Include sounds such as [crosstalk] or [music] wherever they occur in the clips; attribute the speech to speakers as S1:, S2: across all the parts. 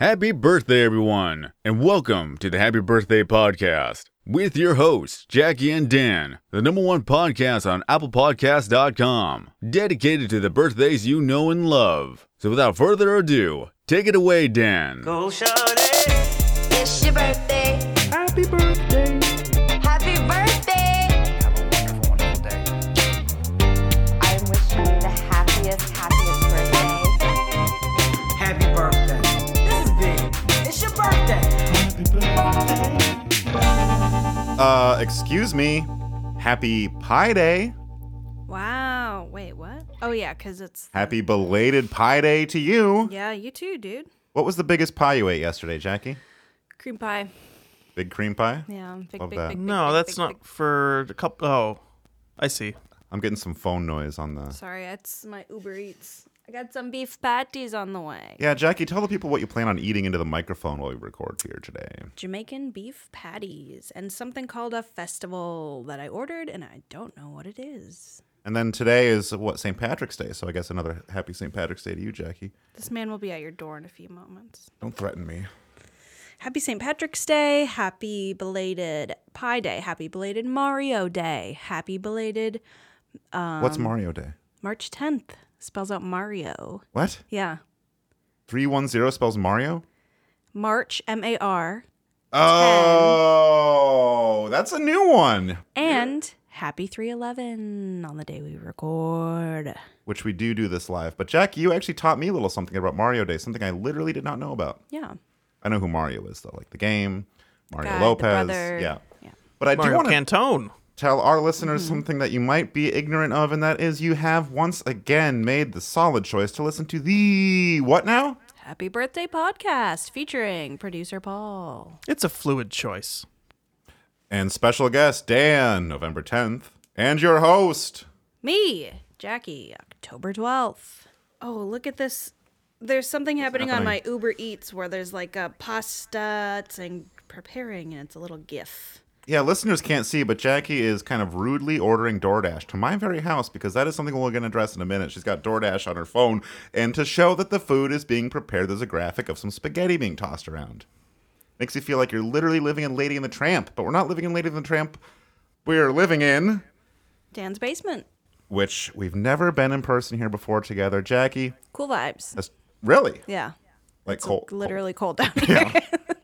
S1: Happy birthday, everyone, and welcome to the Happy Birthday Podcast with your hosts, Jackie and Dan, the number one podcast on ApplePodcast.com, dedicated to the birthdays you know and love. So, without further ado, take it away, Dan.
S2: Go shawty,
S3: It's your birthday. Happy birthday. Happy birthday. Have a wonderful, wonderful day. I wish you the happiest, happiest birthday.
S2: happy birthday. This is big. It's your birthday.
S4: Uh, excuse me. Happy Pi Day.
S5: Wow. Wait, what? Oh yeah, cuz it's
S4: Happy belated Pi Day to you.
S5: Yeah, you too, dude.
S4: What was the biggest pie you ate yesterday, Jackie?
S5: Cream pie.
S4: Big cream pie?
S5: Yeah, big
S4: Love
S5: big,
S4: that.
S5: big
S6: No,
S5: big,
S6: that's
S5: big,
S6: not
S5: big-
S6: for a couple. Oh, I see.
S4: I'm getting some phone noise on the.
S5: Sorry, it's my Uber Eats. I got some beef patties on the way.
S4: Yeah, Jackie, tell the people what you plan on eating into the microphone while we record here today.
S5: Jamaican beef patties and something called a festival that I ordered and I don't know what it is.
S4: And then today is what St. Patrick's Day, so I guess another happy St. Patrick's Day to you, Jackie.
S5: This man will be at your door in a few moments.
S4: Don't threaten me.
S5: Happy St. Patrick's Day. Happy belated Pie Day. Happy belated Mario Day. Happy belated
S4: What's Mario Day?
S5: March 10th. Spells out Mario.
S4: What?
S5: Yeah.
S4: 310 spells Mario?
S5: March M A R
S4: Oh, that's a new one.
S5: and happy 311 on the day we record.
S4: which we do do this live. But Jackie, you actually taught me a little something about Mario Day, something I literally did not know about.
S5: Yeah.
S4: I know who Mario is though, like the game, Mario
S5: Guy, the
S4: Lopez,
S5: brother.
S4: yeah.
S5: Yeah.
S4: But I do
S6: Mario
S4: want to
S6: Cantone.
S4: tell our listeners
S5: Mm-hmm.
S4: something that you might be ignorant of, and that is you have once again made the solid choice to listen to the what now?
S5: Happy birthday podcast featuring producer Paul.
S6: It's a fluid choice.
S4: And special guest Dan, November tenth, and your host.
S5: Me, Jackie, October 12th. Oh, look at this. There's something happening, on my Uber Eats where there's like a pasta thing preparing and it's a little gif.
S4: Yeah, listeners can't see, but Jackie is kind of rudely ordering DoorDash to my very house because that is something we're going to address in a minute. She's got DoorDash on her phone, and to show that the food is being prepared, there's a graphic of some spaghetti being tossed around. Makes you feel like you're literally living in Lady and the Tramp, but we're not living in Lady and the Tramp. We're living in,
S5: Dan's basement.
S4: which we've never been in person here before together. Jackie,
S5: Cool vibes.
S4: that's really
S5: Yeah.
S4: like cold.
S5: Literally cold
S4: [laughs]
S5: down here.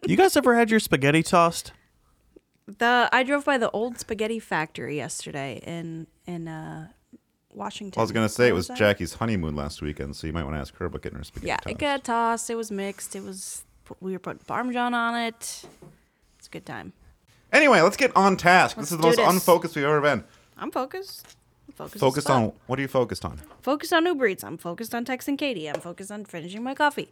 S6: You guys ever had your spaghetti tossed?
S5: The I drove by the old spaghetti factory yesterday in in uh, Washington.
S4: I was going to say it
S5: Where
S4: was
S5: that?
S4: Jackie's honeymoon last weekend, so you might want to ask her about getting her spaghetti.
S5: Yeah,
S4: tossed.
S5: it got tossed. It was mixed. It was we were putting parmesan on it. It's a good time.
S4: Anyway, let's get on task.
S5: Let's
S4: this is the
S5: do
S4: most
S5: this.
S4: unfocused we've ever been.
S5: I'm focused. I'm focused. as
S4: Focused
S5: fuck.
S4: on what are you focused on?
S5: focused on Uber Eats. I'm focused on texting Katie. I'm focused on finishing my coffee.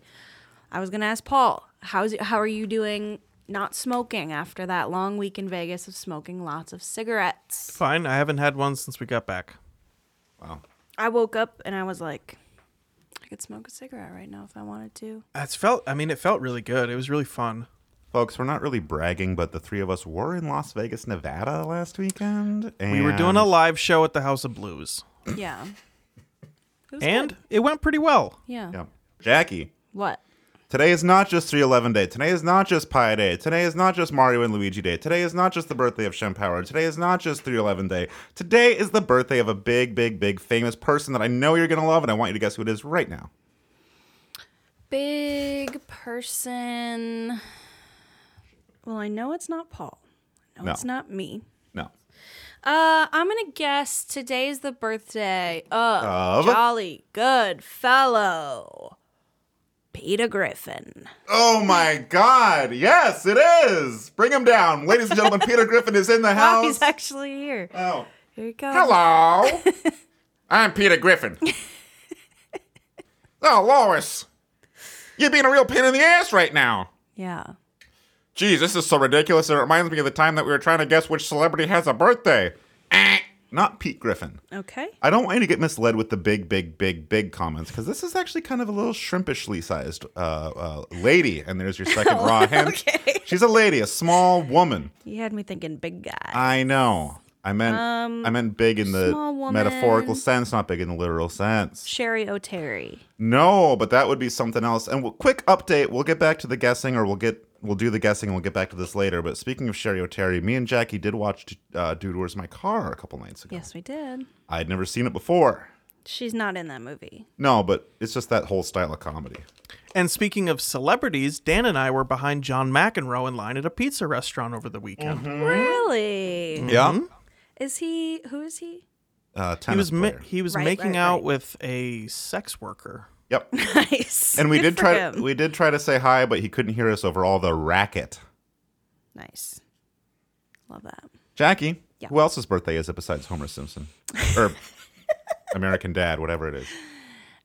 S5: I was gonna ask Paul, how's it, how are you doing? Not smoking after that long week in Vegas of smoking lots of cigarettes.
S6: Fine, I haven't had one since we got back.
S4: Wow.
S5: I woke up and I was like, I could smoke a cigarette right now if I wanted
S4: [coughs]
S5: to.
S6: It's felt. I mean, it felt really good. It was really fun.
S4: Folks, we're not really bragging, but the three of us were in Las Vegas, Nevada last weekend. And
S6: We were doing a live show at the House of Blues,
S5: Yeah. It was
S6: and
S5: good.
S6: it went pretty well.
S5: yeah.
S4: Yeah. Jackie,
S5: What?
S4: today is not just 311 Day. Today is not just Pi Day. Today is not just Mario and Luigi Day. Today is not just the birthday of Shem Power. Today is not just 311 Day. Today is the birthday of a big, big, big famous person that I know you're going to love, and I want you to guess who it is right now.
S5: Big person. Well, I know it's not Paul. I know
S4: No.
S5: it's not me.
S4: No.
S5: Uh, I'm gonna guess today's the birthday of,
S4: Of?
S5: jolly good fellow Peter Griffin. [laughs]
S4: Oh my God. Yes, it is. Bring him down. Ladies and gentlemen, Peter Griffin is in the
S5: Wow,
S4: house.
S5: Oh, he's actually here.
S4: Oh.
S5: Here he goes.
S4: Hello. I'm Peter Griffin. oh, Lois. You're being a real pain in the ass right now.
S5: Yeah.
S4: Geez, this is so ridiculous. It reminds me of the time that we were trying to guess which celebrity has a birthday. Eh. Not Pete Griffin.
S5: Okay.
S4: I don't want you to get misled with the big, big, big, big comments because this is actually kind of a little shrimpishly sized uh, uh, lady. And there's your
S5: [laughs]
S4: second raw hint.
S5: Oh, Okay.
S4: She's a lady, a small woman.
S5: You had me thinking big guy.
S4: I know. I meant I meant big in the
S5: Um, small woman.
S4: metaphorical sense, not big in the literal sense.
S5: Sherry O'Terry.
S4: No, but that would be something else. And we'll, quick update: we'll get back to the guessing, or we'll get we'll do the guessing, and we'll get back to this later. But speaking of Sherry O'Terry, me and Jackie did watch uh, "Dude, Where's My Car" a couple nights ago.
S5: Yes, we did.
S4: I'd never seen it before.
S5: She's not in that movie.
S4: No, but it's just that whole style of comedy.
S6: And speaking of celebrities, Dan and I were behind John McEnroe in line at a pizza restaurant over the weekend.
S5: Mm-hmm. Really?
S4: Yeah,
S5: Is he? Who is [laughs] he?
S4: uh,
S6: He
S4: tennis
S6: was ma-
S4: player.
S6: he was
S5: Right,
S6: making
S5: right,
S6: out
S5: right.
S6: with a sex worker.
S5: [laughs]
S4: Yep.
S5: Nice.
S4: And we
S5: Good
S4: did
S5: for
S4: try.
S5: him.
S4: We did try to say hi, but he couldn't hear us over all the racket.
S5: nice. Love that.
S4: Jackie,
S5: Yeah.
S4: who else's birthday is it besides Homer Simpson
S5: [laughs]
S4: or American Dad, whatever it is?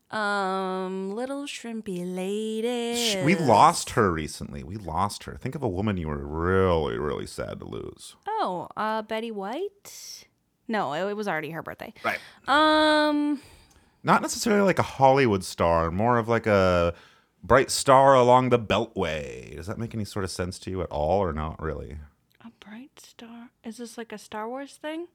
S5: Um, little shrimpy lady.
S4: Sh- We lost her recently. We lost her. Think of a woman you were really, really sad to lose.
S5: Oh, uh, Betty White. No, it, it was already her birthday.
S4: Right.
S5: Um,
S4: Not necessarily like a Hollywood star, more of like a bright star along the Beltway. Does that make any sort of sense to you at all, or not really?
S5: a bright star. Is this like a Star Wars thing?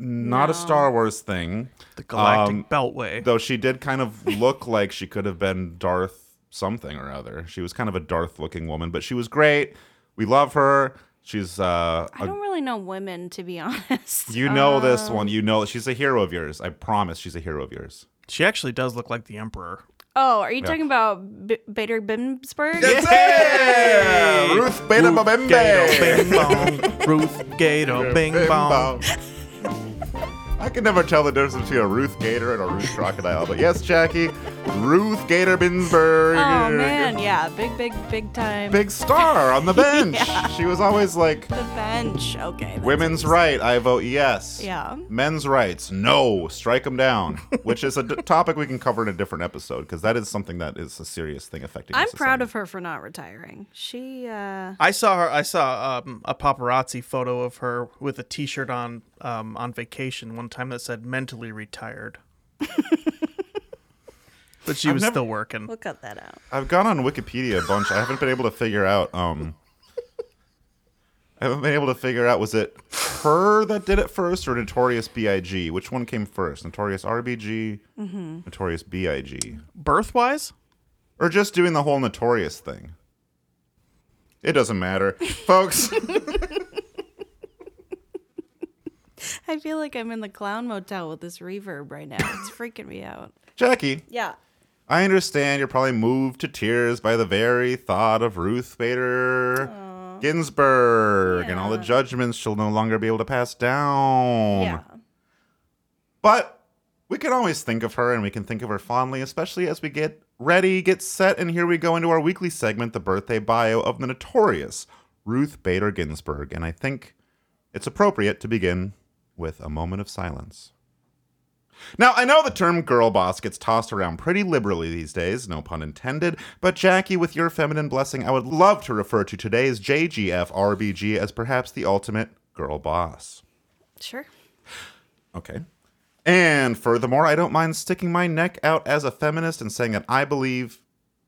S4: Not a Star Wars thing,
S6: The Galactic
S4: Um,
S6: Beltway.
S4: though. She did kind of look like she could have been Darth something or other. She was kind of a Darth-looking woman, but she was great. We love her. She's uh,
S5: I
S4: a
S5: don't um, really know women, to be [laughs] honest.
S4: You know this one. You know she's a hero of yours. I promise she's a hero of yours.
S6: she actually does look like the Emperor.
S5: Oh, are you talking about B- Bader Bimsberg?
S4: Yeah, Ruth Bader
S6: Gato
S4: Babembe.
S6: bing bong. Ruth Gato bing bong.
S4: I can never tell the difference between a Ruth Gator and a Ruth Crocodile, but yes, Jackie, Ruth Gator Binsberg.
S5: Oh man, yeah, big, big, big time.
S4: Big star
S5: [laughs]
S4: on the bench. She was always like,
S5: The bench. Okay. that's-
S4: women's right, I vote yes.
S5: Yeah.
S4: Men's rights, no, strike them down, which is a
S5: [laughs]
S4: d- topic we can cover in a different episode because that is something that is a serious thing affecting
S5: I'm proud of her for not retiring. She, uh,
S6: I saw her. I saw um, a paparazzi photo of her with a T-shirt on um, on vacation one time that said "mentally [laughs] retired," but she was still working.
S5: we'll cut that out.
S4: I've gone on Wikipedia a bunch. I haven't been able to figure out. Um, I haven't been able to figure out was it her that did it first or Notorious B.I.G. Which one came first, Notorious R.B.G.
S5: Mm-hmm.
S4: Notorious B.I.G.
S6: Birth-wise,
S4: Or just doing the whole Notorious thing? It doesn't matter, folks.
S5: I feel like I'm in the clown motel with this reverb right now. [laughs] It's freaking me out.
S4: Jackie,
S5: Yeah.
S4: I understand you're probably moved to tears by the very thought of Ruth Bader Ginsburg and all the judgments she'll no longer be able to pass down.
S5: Yeah.
S4: But we can always think of her and we can think of her fondly, especially as we get ready, get set, and here we go into our weekly segment, the birthday bio of the notorious Ruth Bader Ginsburg. And I think it's appropriate to begin with a moment of silence. Now, I know the term girl boss gets tossed around pretty liberally these days, no pun intended, but Jackie, with your feminine blessing, I would love to refer to today's JGF RBG as perhaps the ultimate girl boss.
S5: Sure.
S4: Okay. And furthermore, I don't mind sticking my neck out as a feminist and saying that I believe,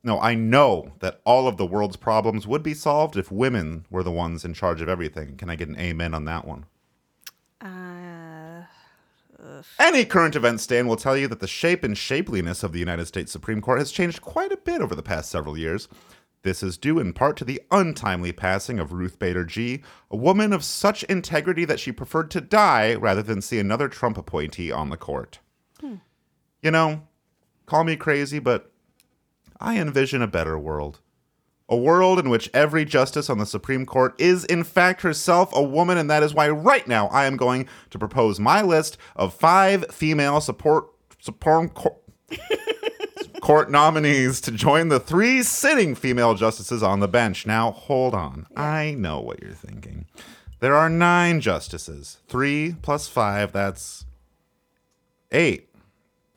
S4: no, I know that all of the world's problems would be solved if women were the ones in charge of everything. Can I get an amen on that one?
S5: Uh,
S4: Any current event stand will tell you that the shape and shapeliness of the United States Supreme Court has changed quite a bit over the past several years. This is due in part to the untimely passing of Ruth Bader G., a woman of such integrity that she preferred to die rather than see another Trump appointee on the court. You know, call me crazy, but I envision a better world. A world in which every justice on the Supreme Court is, in fact, herself a woman, and that is why right now I am going to propose my list of five female support Supreme Court. [laughs] Court nominees to join the three sitting female justices on the bench. Now, hold on. I know what you're thinking. There are nine justices. Three plus five, that's eight.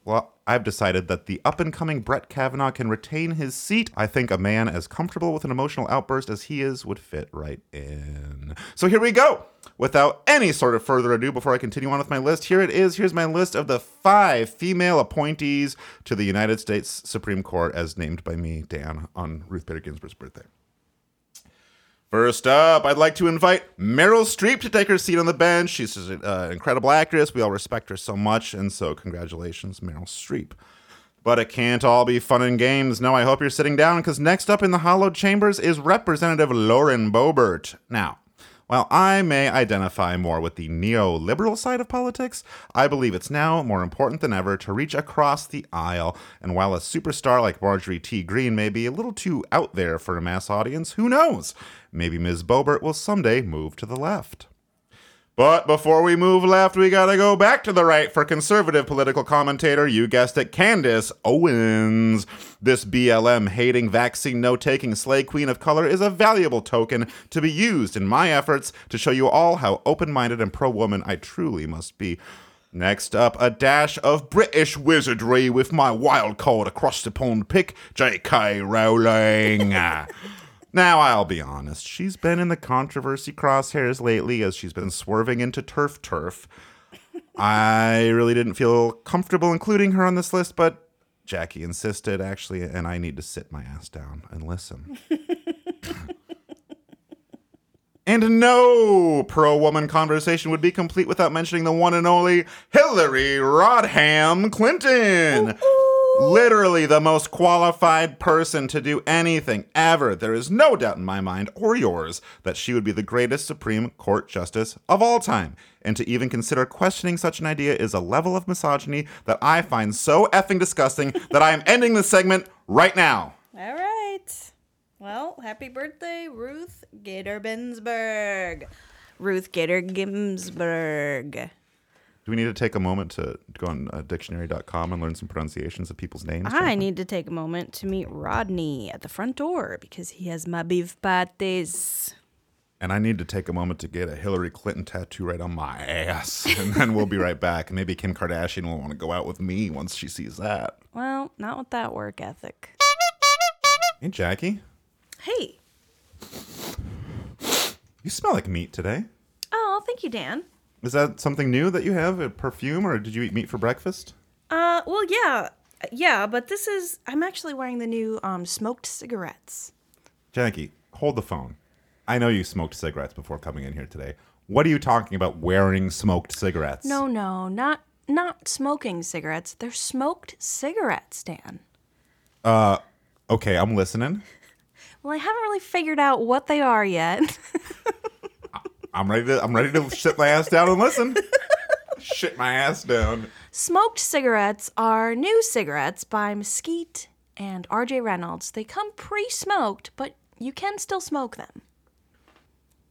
S4: Well, I've decided that the up and coming Brett Kavanaugh can retain his seat. I think a man as comfortable with an emotional outburst as he is would fit right in. So here we go. Without any sort of further ado, before I continue on with my list, here it is. Here's my list of the five female appointees to the United States Supreme Court as named by me, Dan, on Ruth Bader Ginsburg's birthday. First up, I'd like to invite Meryl Streep to take her seat on the bench. She's just an uh, incredible actress. We all respect her so much, and so congratulations, Meryl Streep. But it can't all be fun and games. No, I hope you're sitting down because next up in the hollowed chambers is Representative Lauren Boebert. Now, while I may identify more with the neoliberal side of politics, I believe it's now more important than ever to reach across the aisle. And while a superstar like Marjorie T. Green may be a little too out there for a mass audience, who knows? Maybe Ms. Boebert will someday move to the left. But before we move left, we gotta go back to the right for conservative political commentator, you guessed it, Candace Owens. This BLM hating, vaccine no taking slay queen of color is a valuable token to be used in my efforts to show you all how open minded and pro woman I truly must be. Next up, a dash of British wizardry with my wild card across the pond pick, J.K. Rowling. Now, I'll be honest. She's been in the controversy crosshairs lately as she's been swerving into turf turf. I really didn't feel comfortable including her on this list, but Jackie insisted, actually, and I need to sit my ass down and listen. and no pro woman conversation would be complete without mentioning the one and only Hillary Rodham Clinton literally the most qualified person to do anything ever. There is no doubt in my mind or yours that she would be the greatest Supreme Court justice of all time. And to even consider questioning such an idea is a level of misogyny that I find so effing disgusting that I am ending this segment right now.
S5: All right. Well, happy birthday, Ruth Gator Ginsburg. Ruth Gator Ginsburg.
S4: Do we need to take a moment to go on uh, dictionary.com and learn some pronunciations of people's names?
S5: I need to take a moment to meet Rodney at the front door because he has my beef patties.
S4: And I need to take a moment to get a Hillary Clinton tattoo right on my ass. [laughs] And then we'll be right back. And maybe Kim Kardashian will want to go out with me once she sees that.
S5: Well, not with that work ethic.
S4: Hey, Jackie,
S5: Hey.
S4: you smell like meat today.
S5: Oh, thank you, Dan.
S4: Is that something new that you have? A perfume, or did you eat meat for breakfast?
S5: Uh, well, yeah. Yeah, but this is I'm actually wearing the new um smoked cigarettes.
S4: Jackie, hold the phone. I know you smoked cigarettes before coming in here today. What are you talking about wearing smoked cigarettes?
S5: No, Oh, no, not not smoking cigarettes. They're smoked cigarettes, Dan.
S4: Okay, I'm listening.
S5: Well, I haven't really figured out what they are yet. [laughs]
S4: I'm ready to I'm ready to shit my ass down and listen. shit my ass down.
S5: Smoked cigarettes are new cigarettes by Mesquite and RJ Reynolds. They come pre smoked, but you can still smoke them.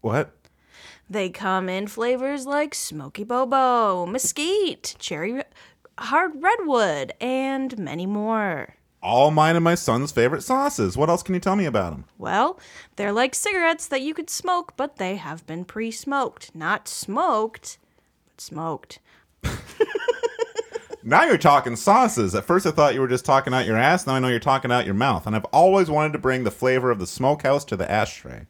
S4: What?
S5: They come in flavors like Smoky Bobo, Mesquite, Cherry Hard Redwood, and many more.
S4: All mine and my son's favorite sauces. What else can you tell me about them?
S5: Well, they're like cigarettes that you could smoke, but they have been pre smoked. Not smoked, but smoked.
S4: Now you're talking sauces. At first I thought you were just talking out your ass. Now I know you're talking out your mouth. And I've always wanted to bring the flavor of the smokehouse to the ashtray.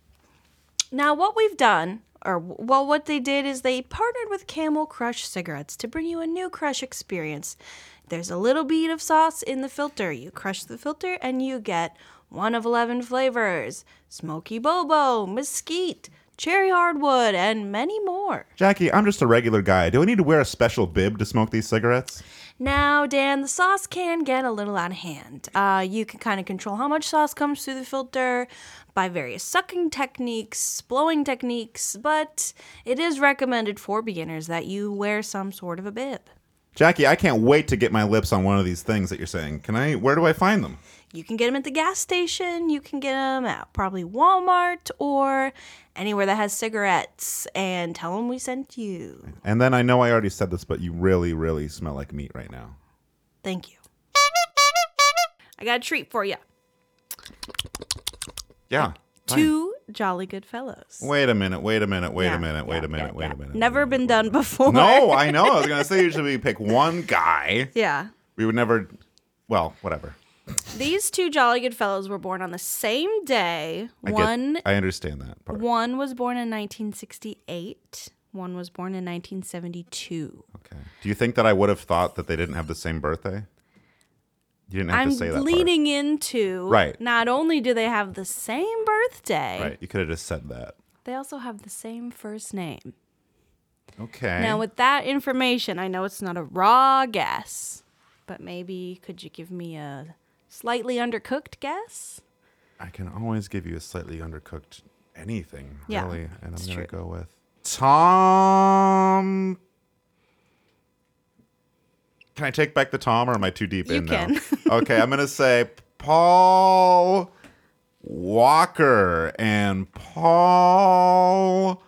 S5: Now, what we've done, or well, what they did is they partnered with Camel Crush cigarettes to bring you a new crush experience. There's a little bead of sauce in the filter. You crush the filter, and you get one of 11 flavors smoky bobo, mesquite, cherry hardwood, and many more.
S4: Jackie, I'm just a regular guy. Do I need to wear a special bib to smoke these cigarettes?
S5: Now, Dan, the sauce can get a little out of hand. Uh, you can kind of control how much sauce comes through the filter by various sucking techniques, blowing techniques, but it is recommended for beginners that you wear some sort of a bib.
S4: Jackie, I can't wait to get my lips on one of these things that you're saying. Can I where do I find them?
S5: You can get them at the gas station, you can get them at probably Walmart or anywhere that has cigarettes, and tell them we sent you.
S4: And then I know I already said this, but you really, really smell like meat right now.
S5: Thank you. I got a treat for you.
S4: Yeah. fine.
S5: Two jolly good fellows.
S4: Wait a minute, wait a minute, wait
S5: Yeah,
S4: a minute, wait
S5: yeah,
S4: a minute,
S5: yeah,
S4: wait
S5: yeah.
S4: a minute.
S5: Never been done before.
S4: No, I know. I was gonna say
S5: [laughs]
S4: usually we pick one guy.
S5: Yeah.
S4: We would never well, whatever.
S5: These two jolly good fellows were born on the same day.
S4: I get-
S5: one
S4: I understand that part.
S5: one was born in 1968. One was born in 1972.
S4: Okay. Do you think that I would have thought that they didn't have the same birthday? You didn't have
S5: I'm
S4: to say that. part.
S5: leaning into
S4: Right.
S5: not only do they have the same birthday,
S4: Right. You could have just said that.
S5: they also have the same first name.
S4: Okay.
S5: Now, with that information, I know it's not a raw guess, but maybe could you give me a slightly undercooked guess?
S4: I can always give you a slightly undercooked anything,
S5: Yeah,
S4: really. And I'm
S5: it's
S4: going to
S5: true.
S4: go with Tom. Can I take back the Tom or am I too deep
S5: You
S4: in
S5: can. [laughs]
S4: now? okay, I'm going to say Paul Walker and Paul.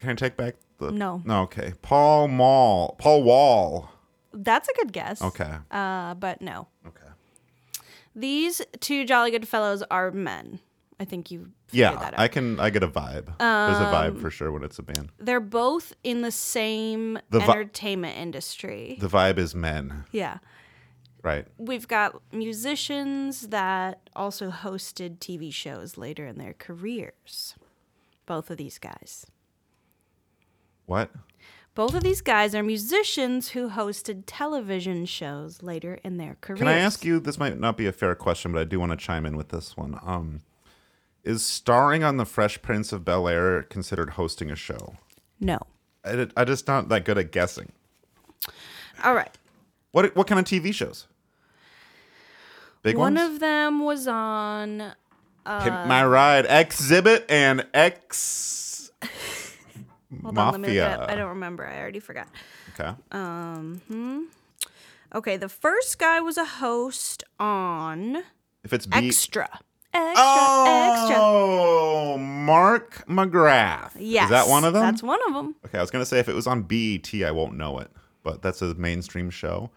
S4: Can I take back the.
S5: No.
S4: Okay. Paul Mall. Paul Wall.
S5: That's a good guess.
S4: Okay.
S5: Uh, but no.
S4: okay.
S5: These two jolly good fellows are men. I think you figured
S4: Yeah,
S5: that out. Um,
S4: I can. I get a vibe. There's a vibe for sure when it's a band.
S5: They're both in the same
S4: The vi-
S5: entertainment industry.
S4: The vibe is men,
S5: yeah.
S4: right?
S5: We've got musicians that also hosted TV shows later in their careers. Both of these guys.
S4: What?
S5: Both of these guys are musicians who hosted television shows later in their careers.
S4: Can I ask you? This might not be a fair question, but I do want to chime in with this one. Um, is starring on the Fresh Prince of Bel Air considered hosting a show?
S5: No.
S4: I, I just not that good at guessing.
S5: All right.
S4: What what kind of TV shows? Big
S5: One uh,
S4: ones.
S5: of them was on
S4: Pimp My Ride, Exhibit, and X
S5: [laughs] Hold on, let me
S4: Mafia.
S5: look it up. I um, don't remember. I already forgot.
S4: okay.
S5: Okay, the first guy was a host on
S4: if it's B.
S5: Extra. Extra, extra.
S4: oh, Mark McGrath.
S5: Yes.
S4: Is that one of them?
S5: That's one of them.
S4: Okay, I was gonna say if it was on BET, I won't know it, but that's a mainstream show.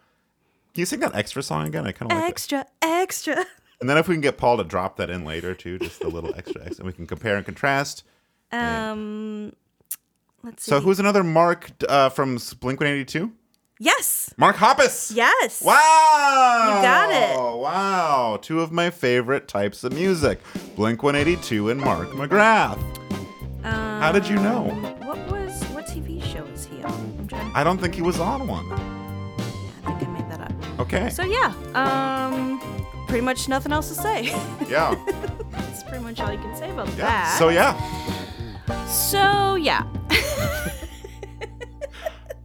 S4: Can you sing that extra song again? I kind of like it.
S5: Extra, extra.
S4: And then if we can get Paul to drop that in later too, just a little extra, extra, and we can compare and contrast.
S5: Um, let's see.
S4: So who's another Mark uh, from Blink One Eighty Two?
S5: Yes.
S4: Mark Hoppus.
S5: Yes.
S4: Wow!
S5: You got it.
S4: Wow! Two of my favorite types of music, Blink One Eighty Two and Mark McGrath.
S5: Um,
S4: How did you know?
S5: What was what TV show is he on? I'm trying.
S4: I don't think he was on one.
S5: I think I made that up.
S4: Okay.
S5: So yeah. Um, pretty much nothing else to say. [laughs]
S4: yeah.
S5: That's pretty much all you can say about
S4: Yeah.
S5: that.
S4: So yeah,
S5: So yeah.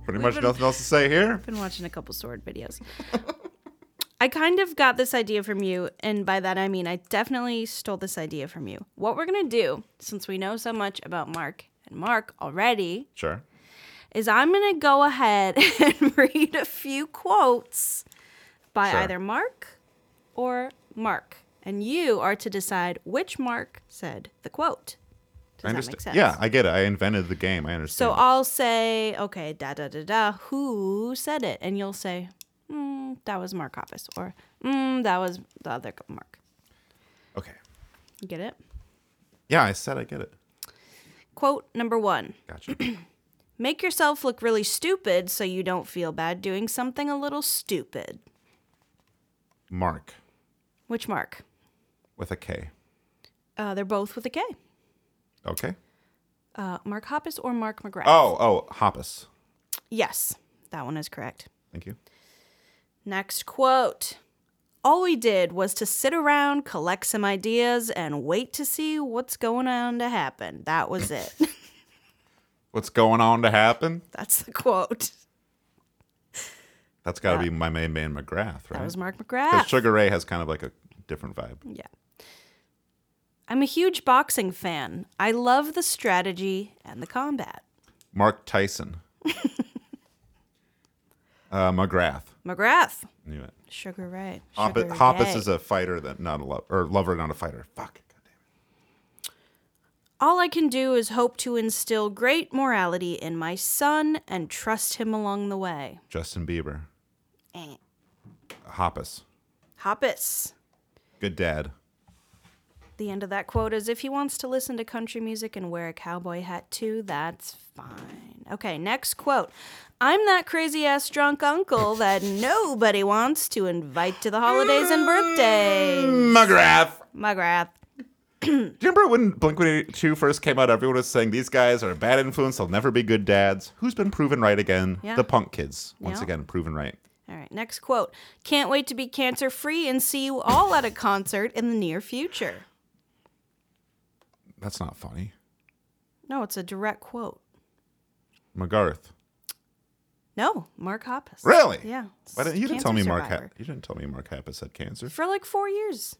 S4: pretty much nothing else to say here.
S5: Been watching a couple sword videos. [laughs] I kind of got this idea from you, and by that I mean I definitely stole this idea from you. What we're gonna do, since we know so much about Mark and Mark already,
S4: Sure.
S5: is I'm gonna go ahead [laughs] and read a few quotes by
S4: Sure.
S5: either Mark or Mark. And you are to decide which Mark said the quote. Does
S4: I
S5: that
S4: understand.
S5: make sense?
S4: Yeah, I get it. I invented the game. I
S5: So uh,
S4: understand.
S5: I'll say, okay, da da da da, who said it? And you'll say, mm, that was Mark Hoppus, or mm, that was the other Mark.
S4: okay.
S5: You get it?
S4: Yeah, I said I get it.
S5: Quote number one
S4: Gotcha. [clears throat]
S5: Make yourself look really stupid so you don't feel bad doing something a little stupid.
S4: Mark
S5: Which Mark?
S4: with a K.
S5: Uh, they're both with a K.
S4: Okay.
S5: Uh, Mark Hoppus or Mark McGrath?
S4: Oh, oh, Hoppus.
S5: Yes, that one is correct.
S4: Thank you.
S5: Next quote. All we did was to sit around, collect some ideas, and wait to see what's going on to happen. That was [laughs] it.
S4: What's going on to happen?
S5: That's the quote.
S4: That's got to be my main man McGrath, right?
S5: That was Mark
S4: 'Cause
S5: McGrath.
S4: Sugar Ray has kind of like a different vibe.
S5: yeah. I'm a huge boxing fan. I love the strategy and the combat.
S4: Mark
S5: [laughs]
S4: Tyson. uh, McGrath.
S5: McGrath.
S4: Knew it.
S5: Sugar Ray. Sugar
S4: Hoppus, Hoppus
S5: Ray.
S4: is a fighter that not a lover, or lover, not a fighter. Fuck. God damn it.
S5: All I can do is hope to instill great morality in my son and trust him along the way.
S4: Justin Bieber.
S5: Eh.
S4: Hoppus.
S5: Hoppus.
S4: Good dad.
S5: The end of that quote is if he wants to listen to country music and wear a cowboy hat too, that's fine. Okay, next quote. I'm that crazy ass drunk
S4: [laughs]
S5: uncle that nobody wants to invite to the holidays and birthdays.
S4: McGrath.
S5: McGrath.
S4: Do you remember when Blink 182 first came out? Everyone was saying these guys are a bad influence. They'll never be good dads. Who's been proven right again?
S5: Yeah.
S4: The punk kids. Once
S5: Yeah.
S4: again, proven right.
S5: All right, next quote. Can't wait to be cancer free and see you all at a concert in the near future.
S4: That's not funny.
S5: No, it's a direct quote.
S4: McGarth.
S5: No, Mark Hoppus.
S4: Really?
S5: Yeah.
S4: Why didn't, you didn't tell me
S5: Cancer
S4: Mark.
S5: survivor.
S4: Ha- you didn't tell me Mark Hoppus had cancer.
S5: For like four years.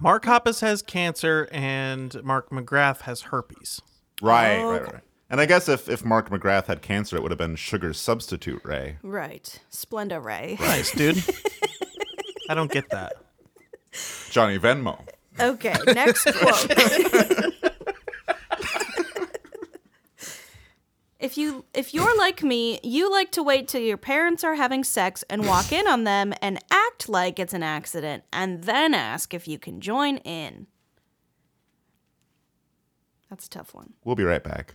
S6: Mark Hoppus has cancer, and Mark McGrath has herpes.
S4: Right,
S5: Oh,
S4: right,
S5: okay.
S4: right. And I guess if, if Mark McGrath had cancer, it would have been sugar substitute Ray.
S5: Right. Splenda
S4: [laughs]
S5: Ray.
S6: Nice, dude. I don't get that.
S4: Johnny Venmo.
S5: Okay, next quote. [laughs] if you if you're like me, you like to wait till your parents are having sex and walk in on them and act like it's an accident and then ask if you can join in. That's a tough one.
S4: We'll be right back.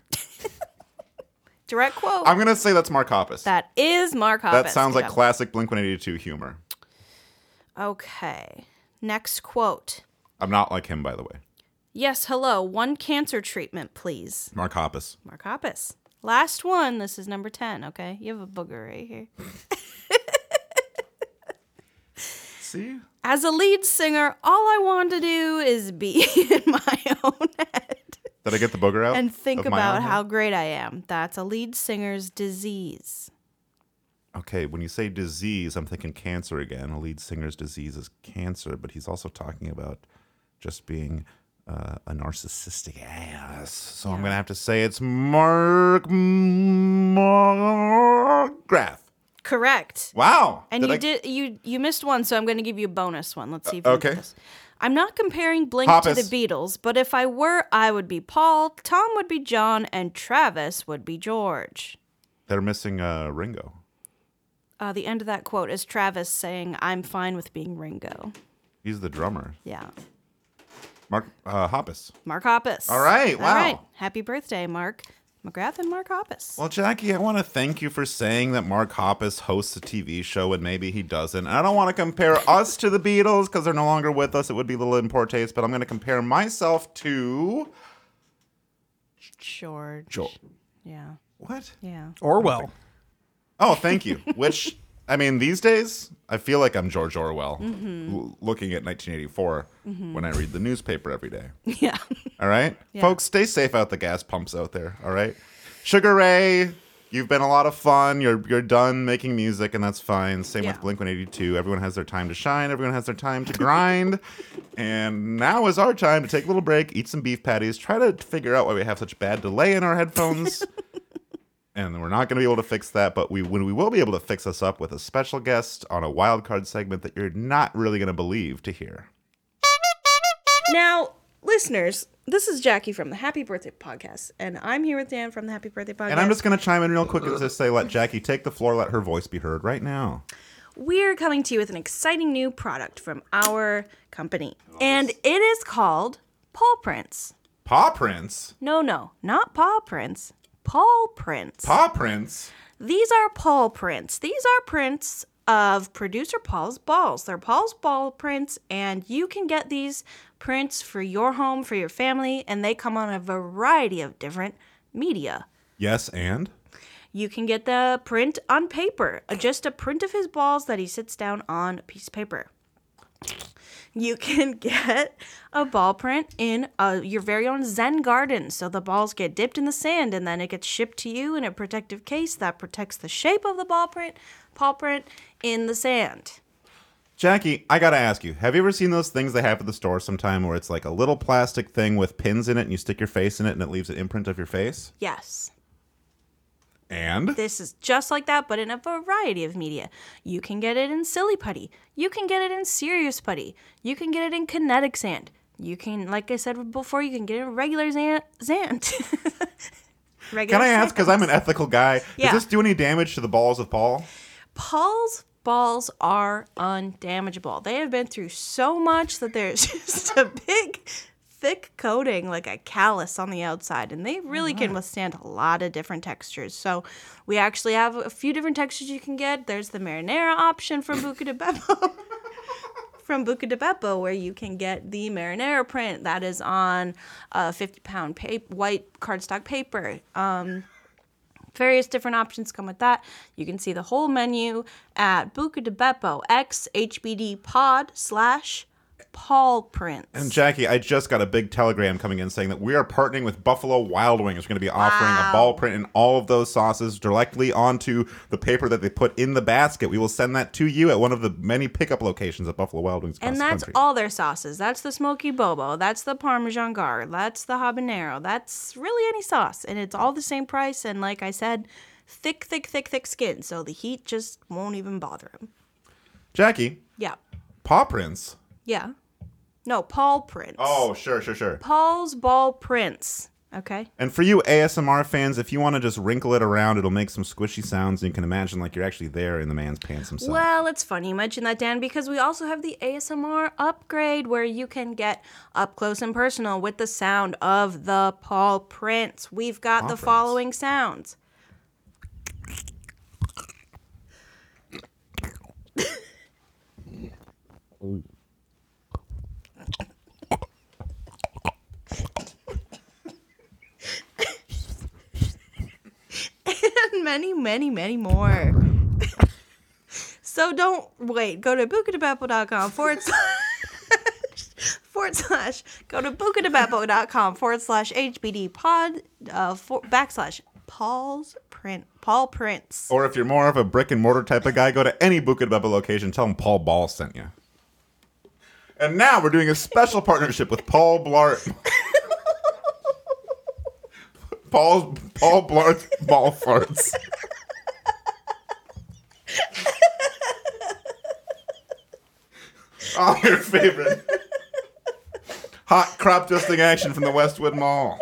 S5: Direct quote.
S4: I'm gonna say that's Mark Hoppus. That,
S5: that is Mark Hoppus.
S4: sounds
S5: Good
S4: like
S5: job.
S4: classic Blink 182 humor.
S5: Okay. Next quote.
S4: I'm not like him, by the way.
S5: Yes, hello. One cancer treatment, please.
S4: Mark Hoppus.
S5: Mark Hoppus. Last one. This is number 10, okay? You have a booger right here.
S4: See?
S5: As a lead singer, all I want to do is be [laughs] in my own head
S4: Did I get the booger out?
S5: and think
S4: of my
S5: about
S4: arm?
S5: how great I am. That's a lead singer's disease.
S4: Okay, when you say disease, I'm thinking cancer again. A lead singer's disease is cancer, but he's also talking about just being uh, a narcissistic ass. So I'm gonna have to say it's Mark McGrath.
S5: Correct.
S4: Wow.
S5: And
S4: Did
S5: you
S4: I-
S5: did you you missed one, so I'm going to give you a bonus one. Let's see if
S4: Uh,
S5: you
S4: okay.
S5: get this. I'm not comparing Blink to
S4: Hoppus.
S5: the Beatles, but if I were, I would be Paul, Tom would be John, and Travis would be George.
S4: They're missing uh, Ringo.
S5: Uh, the end of that quote is Travis saying, "I'm fine with being Ringo."
S4: He's the drummer.
S5: Yeah,
S4: Mark uh, Hoppus.
S5: Mark Hoppus.
S4: All right, wow.
S5: Happy birthday, Mark McGrath and Mark Hoppus.
S4: Well, Jackie, I want to thank you for saying that Mark Hoppus hosts a TV show and maybe he doesn't. And I don't want to compare us to the Beatles because they're no longer with us. It would be a little in poor taste, but I'm going to compare myself to.
S5: George.
S4: Jo-
S5: Yeah,
S4: What?
S5: yeah.
S6: Orwell.
S4: Oh, thank you. Which, I mean, these days, I feel like I'm George Orwell l- looking at 1984 when I read the newspaper every day.
S5: [laughs] Yeah.
S4: All right? Folks, stay safe out the gas pumps out there. All right? Sugar Ray, you've been a lot of fun. You're you're done making music, and that's fine. Same
S5: Yeah.
S4: with Blink 182. Everyone has their time to shine, everyone has their time to
S5: [laughs]
S4: grind. and now is our time to take a little break, eat some beef patties, try to figure out why we have such bad delay in our
S5: [laughs]
S4: headphones. And we're not going to be able to fix that, but we when we will be able to fix us up with a special guest on a wild card segment that you're not really going to believe to hear.
S5: Now, listeners, this is Jackie from the Happy Birthday Podcast, and I'm here with Dan from the Happy Birthday Podcast.
S4: And I'm just going to chime in real quick and just say, let Jackie take the floor, let her voice be heard right now.
S5: We're coming to you with an exciting new product from our company, and it is called Paw Prints.
S4: Paw prints?
S5: No, no, not paw prints. Paw prints.
S4: Paw prints?
S5: These are paw prints. These are prints of producer Paul's balls. They're Paul's ball prints, and you can get these prints for your home, for your family, and they come on a variety of different media.
S4: Yes, and?
S5: You can get the print on paper, uh, just a print of his balls that he sits down on a piece of paper. You can [laughs] get a ball print in uh your very own Zen garden. So the balls get dipped in the sand and then it gets shipped to you in a protective case that protects the shape of the ball print, paw print in the sand.
S4: Jackie, I got to ask you, have you ever seen those things they have at the store sometime where it's like a little plastic thing with pins in it and you stick your face in it and it leaves an imprint of your face?
S5: Yes.
S4: And?
S5: This is just like that, but in a variety of media. You can get it in silly putty. You can get it in serious putty. You can get it in kinetic sand. You can, like I said before, you can get it in regular zan- sand. [laughs] regular
S4: Can I ask, because I'm an ethical guy,
S5: Yeah.
S4: does this do any damage to the balls of Paul?
S5: Paul's balls are undamageable. They have been through so much that there's [laughs] just a big, thick coating, like a callus on the outside, and they really can withstand a lot of different textures. So, we actually have a few different textures you can get. There's the marinara option from Buca de Beppo. From Buca de Beppo, where you can get the marinara print that is on a 50 pound pa- white cardstock paper. Um, Various different options come with that. You can see the whole menu at Buca de Beppo X HBD Pod slash Paul Prince.
S4: And Jackie, I just got a big telegram coming in saying that we are partnering with Buffalo Wild Wings. We're going to be offering a ball print and all of those sauces directly onto the paper that they put in the basket. We will send that to you at one of the many pickup locations at Buffalo Wild Wings. across
S5: and
S4: the
S5: that's
S4: country.
S5: all their sauces. That's the smoky bobo. That's the parmesan gar. That's the habanero. That's really any sauce, and it's all the same price. And like I said, thick, thick, thick, thick skin, so the heat just won't even bother him.
S4: Jackie,
S5: Yeah,
S4: paw prints.
S5: yeah. No, Paul Prince.
S4: Oh, sure, sure, sure.
S5: Paul's Ball Prince. Okay.
S4: And for you ASMR fans, if you want to just wrinkle it around, it'll make some squishy sounds. And you can imagine like you're actually there in the man's pants himself.
S5: Well, it's funny you mentioned that, Dan, because we also have the ASMR upgrade where you can get up close and personal with the sound of the Paul Prince. We've got the
S4: Prince.
S5: following sounds. [laughs] and many, many, many more. [laughs] So don't wait. Go to bookadabapple.com forward slash forward slash go to bookadabapple.com forward slash HBD pod uh, for, backslash Paul's print Paul Prince.
S4: or if you're more of a brick and mortar type of guy, go to any Buca de Beppo location. Tell them Paul Ball sent you. And now we're doing a special partnership with Paul Blart. [laughs] Paul Paul Blart Ball farts. All Oh, your favorite hot crop dusting action from the Westwood Mall.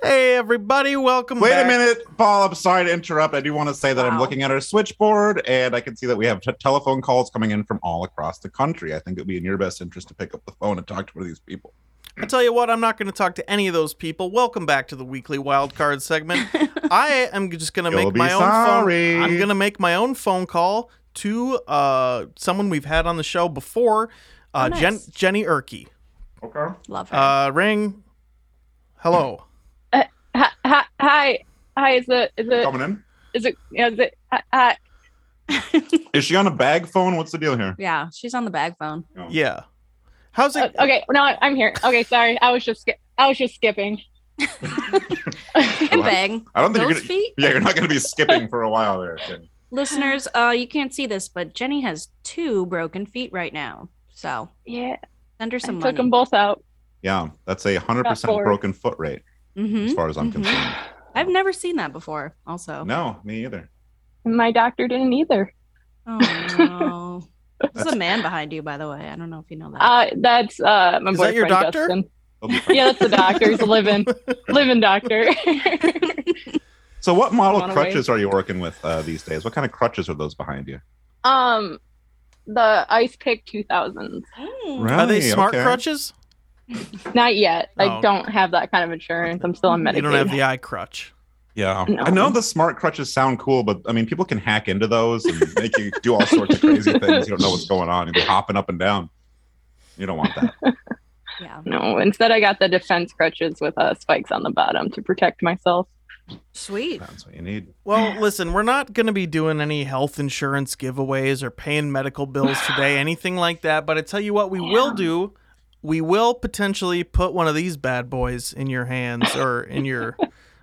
S6: Hey, everybody, welcome
S4: Wait
S6: back.
S4: a minute, Paul. I'm sorry to interrupt. I do want to say that I'm looking at our switchboard and I can see that we have t- telephone calls coming in from all across the country. I think it would be in your best interest to pick up the phone and talk to one of these people.
S6: I tell you what, I'm not going to talk to any of those people. Welcome back to the weekly wild card segment. I am just going to
S4: You'll
S6: make
S4: be
S6: my
S4: sorry.
S6: own phone. I'm going to make my own phone call to uh, someone we've had on the show before, uh,
S5: nice.
S6: Jen- Jenny Erky.
S4: Okay.
S5: Love her.
S6: Uh, ring. Hello.
S7: hi, hi, hi, hi, is it, is
S6: Uh,
S7: it,
S4: Coming in.
S7: is it, you know, is it, hi, hi.
S4: Is she on a bag phone? What's the deal here? Oh.
S5: yeah, she's on the bag phone.
S6: Yeah. How's
S7: Uh,
S6: it?
S7: okay, no, I- I'm here. Okay, sorry, I was just, sk- I was just skipping.
S5: And bang.
S4: I don't think
S5: Those
S4: you're gonna.
S5: feet?
S4: Yeah, you're not gonna be skipping for a while there.
S7: [laughs]
S4: Jen.
S5: Listeners, uh, you can't see this, but Jenny has two broken feet right now. So
S7: Yeah,
S5: send her
S7: I
S5: some
S7: took them
S5: money.
S7: both out.
S4: Yeah, that's a hundred
S7: Got
S4: percent
S7: bored.
S4: broken foot rate
S5: hmm
S7: Mm-hmm.
S4: as far as I'm
S5: Mhm.
S4: concerned.
S5: I've never seen that before.
S7: Oh.
S5: Also,
S4: No, me either.
S7: My doctor didn't either.
S5: oh
S4: [laughs]
S5: no, there's a man behind you, by the way. I don't know if you know that.
S7: Uh, that's uh, my
S6: Is
S7: boyfriend
S6: that your doctor?
S7: Justin.
S4: It'll be fine.
S7: Yeah, that's the doctor. He's
S6: [laughs]
S7: a living, living
S4: [laughs]
S7: doctor. [laughs]
S4: So, what model
S7: Wanna
S4: crutches are you working with uh, these days? What kind of crutches are those behind you?
S7: um, the ice pick 2000s.
S5: Mm,
S4: uh,
S6: Are they
S4: Really?
S6: smart
S4: Okay.
S6: crutches?
S7: Not yet.
S6: Oh.
S7: I don't have that kind of insurance. I'm still on Medicaid.
S6: You don't have the eye crutch.
S4: Yeah.
S7: No.
S4: I know the smart crutches sound cool, but I mean, people can hack into those and make you do all sorts of crazy things. You don't know what's going on. You'll be hopping up and down. You don't want
S7: [laughs]
S4: that.
S5: yeah,
S7: no, instead I got the defense crutches with uh, spikes on the bottom to protect myself.
S5: sweet.
S4: That's what you need.
S6: Well, listen, we're not going to be doing any health insurance giveaways or paying medical bills today, anything like that. But I tell you what, we will do. We will potentially put one of these bad boys in your hands or in your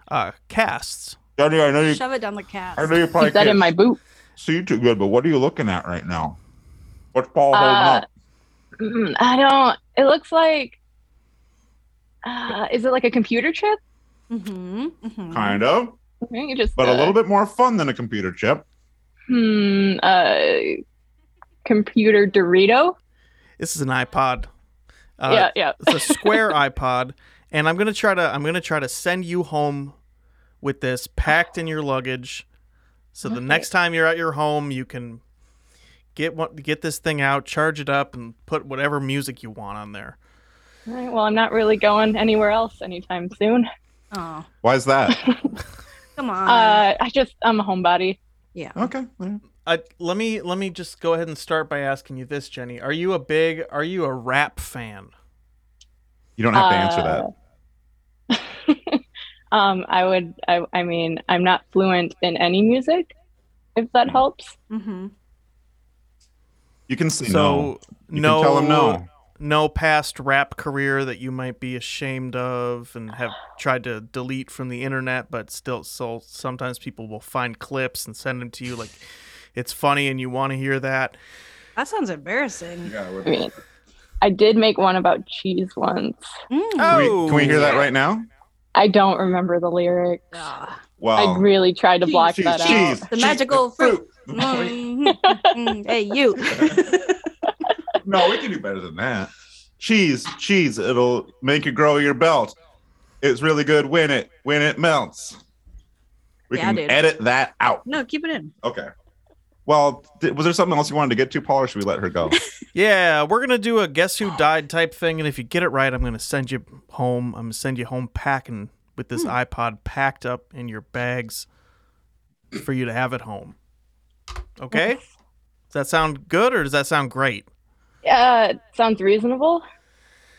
S6: uh, casts.
S4: Johnny, I know you.
S5: Shove it down the cast.
S4: I know you probably
S7: Keep that
S4: can't
S7: in my boot.
S4: see too good, but what are you looking at right now? What's Paul holding
S7: Uh,
S4: up?
S7: Mm, I don't. It looks like. Uh, is it like a computer chip?
S5: Mm-hmm. mm-hmm.
S4: Kind of,
S7: I think it just.
S4: but a
S7: mm. uh,
S4: little bit more fun than a computer chip.
S7: Hmm. Uh, computer Dorito.
S6: This is an iPod. Uh,
S7: yeah, yeah.
S6: It's a square [laughs] iPod, and I'm gonna try to I'm gonna try to send you home with this packed in your luggage, so the next time you're at your home, you can get one, get this thing out, charge it up, and put whatever music you want on there.
S7: All right, well, I'm not really going anywhere else anytime soon.
S5: Oh,
S4: Why is
S7: [laughs]
S4: that?
S5: come on.
S7: Uh, I just I'm a homebody. [laughs]
S5: yeah.
S4: okay. yeah.
S6: I, let me let me just go ahead and start by asking you this, Jenny: Are you a big Are you a rap fan?
S4: You don't have to answer
S7: Uh,
S4: that.
S7: um, I would. I, I mean, I'm not fluent in any music, if
S4: Mm.
S7: that helps.
S5: Mm-hmm.
S4: You can say no.
S6: So
S4: You
S6: no,
S4: can tell him no.
S6: no past rap career that you might be ashamed of and have tried to delete from the internet, but still, so sometimes people will find clips and send them to you like it's funny and you want to hear that.
S5: That sounds embarrassing.
S7: I mean, I did make one about cheese once.
S5: Mm.
S4: Can we, can we
S6: Oh.
S4: hear that right now?
S7: oh. I don't remember the lyrics.
S5: Ah,
S4: Wow.
S7: I really tried to block
S4: Cheese,
S7: that uh, out.
S4: cheese,
S5: The
S4: cheese,
S5: magical fruit.
S4: fruit.
S5: [laughs] Mm. Mm. hey, you.
S4: [laughs] no, we can do better than that. Cheese, cheese. It'll make you grow your belt. It's really good when it when it melts. We
S5: Yeah,
S4: can
S5: dude.
S4: edit that out.
S5: No, keep it in.
S4: Okay. Well, th- was there something else you wanted to get to, Paul, or should we let her
S5: [laughs]
S4: go?
S6: Yeah, we're gonna do a guess who died type thing, and if you get it right, I'm gonna send you home. I'm gonna send you home packing with
S4: Hmm.
S6: this iPod packed up in your bags for you to have at home. Okay? Does that sound good or does that sound great?
S7: Yeah, it Uh, sounds reasonable.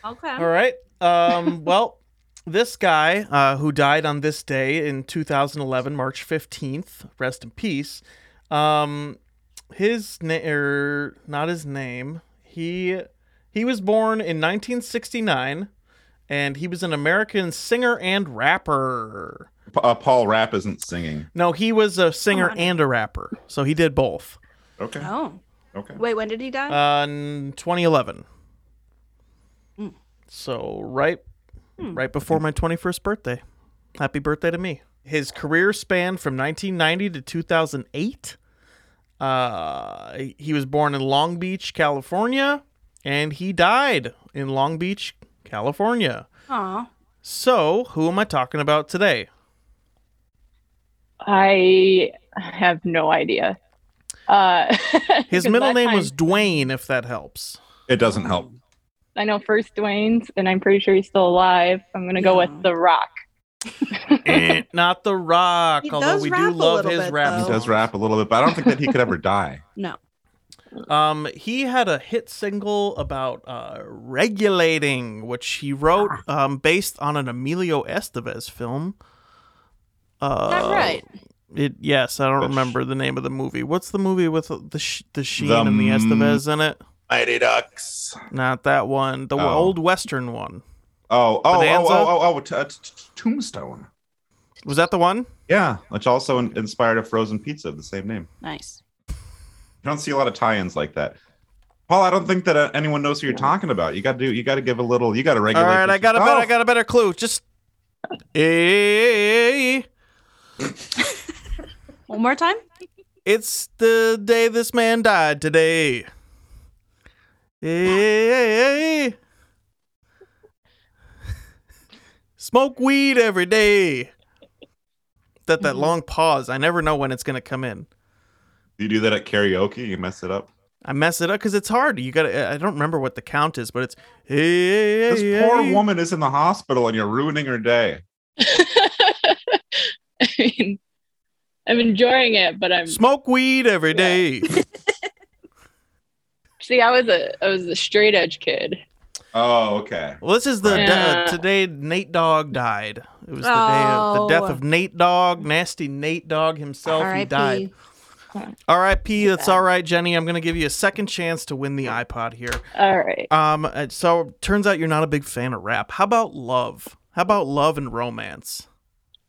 S5: Okay.
S6: All right. Um, well, this guy uh, who died on this day in 2011, March 15th, rest in peace. Um, his name, er, not his name. He he was born in 1969, and he was an American singer and rapper.
S4: P- uh, Paul Rapp isn't singing.
S6: No, he was a singer
S5: Oh, I know.
S6: and a rapper, so he did both.
S4: Okay.
S5: Oh.
S4: Okay.
S5: Wait, when did he die?
S6: Uh, in 2011.
S5: Mm.
S6: So right,
S5: Hmm.
S6: right before my 21st birthday. Happy birthday to me. His career spanned from 1990 to 2008. Uh, he was born in Long Beach, California, and he died in Long Beach, California.
S5: Aw.
S6: So who am I talking about today?
S7: I have no idea. Uh, [laughs] because
S6: His middle
S7: that
S6: name
S7: time-
S6: was Dwayne, if that helps.
S4: It doesn't
S5: [laughs]
S4: help.
S7: I know first Dwayne's, and I'm pretty sure he's still alive. I'm gonna go
S5: Yeah.
S7: with The Rock. [laughs]
S6: Eh, Not The Rock,
S5: He
S6: although
S5: does
S6: we
S5: rap
S6: do
S5: a
S6: love
S5: little
S6: his
S5: bit,
S6: rap.
S5: though.
S4: He
S6: songs.
S4: does rap a little bit, but I don't think that he could
S5: [laughs]
S4: ever die.
S5: No.
S6: Um, he had a hit single about uh, regulating, which he wrote um, based on an Emilio Estevez film. Uh,
S5: That's right.
S6: It yes, I don't
S4: Which-
S6: remember the name of the movie. What's the movie with the sh- the Sheen
S4: The
S6: and the
S4: m-
S6: Estevez in it?
S4: Mighty Ducks.
S6: Not that one. The w-
S4: Oh.
S6: old Western one.
S4: Oh, oh, oh,
S6: Bonanza?
S4: oh, oh, oh, t- uh, t- t- Tombstone.
S6: Was that the one?
S4: Yeah, which also in- inspired a frozen pizza of the same name.
S5: Nice.
S4: You don't see a lot of tie-ins like that. Paul, I don't think that uh, anyone knows who you're talking about. You got to do. You got to give a little. You got to regulate.
S6: All right, I got a better,
S4: yourself.
S6: I got a better clue. Just. Eh.
S5: One more time?
S6: It's the day this man died today. Eh, Hey. Smoke weed every day. That
S4: Mm-hmm.
S6: that long pause. I never know when it's gonna come in.
S4: You do that at karaoke. You mess it up.
S6: I mess it up because it's hard. You gotta. I don't remember what the count is, but it's. eh, Hey,
S4: This poor woman is in the hospital, and you're ruining her day.
S7: I mean, I'm enjoying it, but I'm
S6: Smoke weed every day.
S7: see. I was a I was a straight edge kid.
S4: Oh, okay.
S6: Well, this is the de- uh,
S7: Yeah.
S6: today Nate Dog died. It was the day of the death
S5: Oh.
S6: of Nate Dog, nasty Nate Dog himself. He
S5: R.I.P..
S6: died. R.I.P. That's all right, Jenny. I'm gonna give you a second chance to win the iPod here.
S7: All right.
S6: Um, uh, so turns out you're not a big fan of rap. How about love? How about love and romance?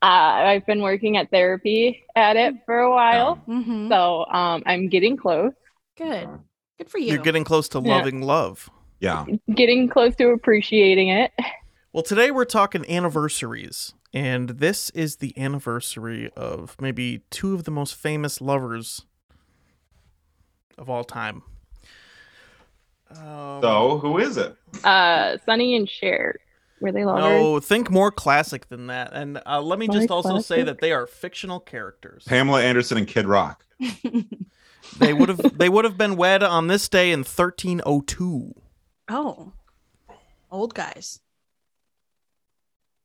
S7: Uh, I've been working at therapy at it for a while,
S5: Mm-hmm.
S7: so um, I'm getting close,
S5: Good. Good for you.
S6: You. are getting close to
S7: Yeah.
S6: loving love.
S4: Yeah.
S7: getting close to appreciating it.
S6: Well, today we're talking anniversaries, and this is the anniversary of maybe two of the most famous lovers of all time. Um,
S4: So who is it?
S7: Uh, Sunny and Cher were they lovers?
S6: No, think more classic than that. And uh, let me
S7: More
S6: just also say
S7: classic?
S6: that they are fictional characters.
S4: Pamela Anderson and Kid Rock.
S6: they would have they would have been wed on this day in 1302.
S5: oh. Old guys.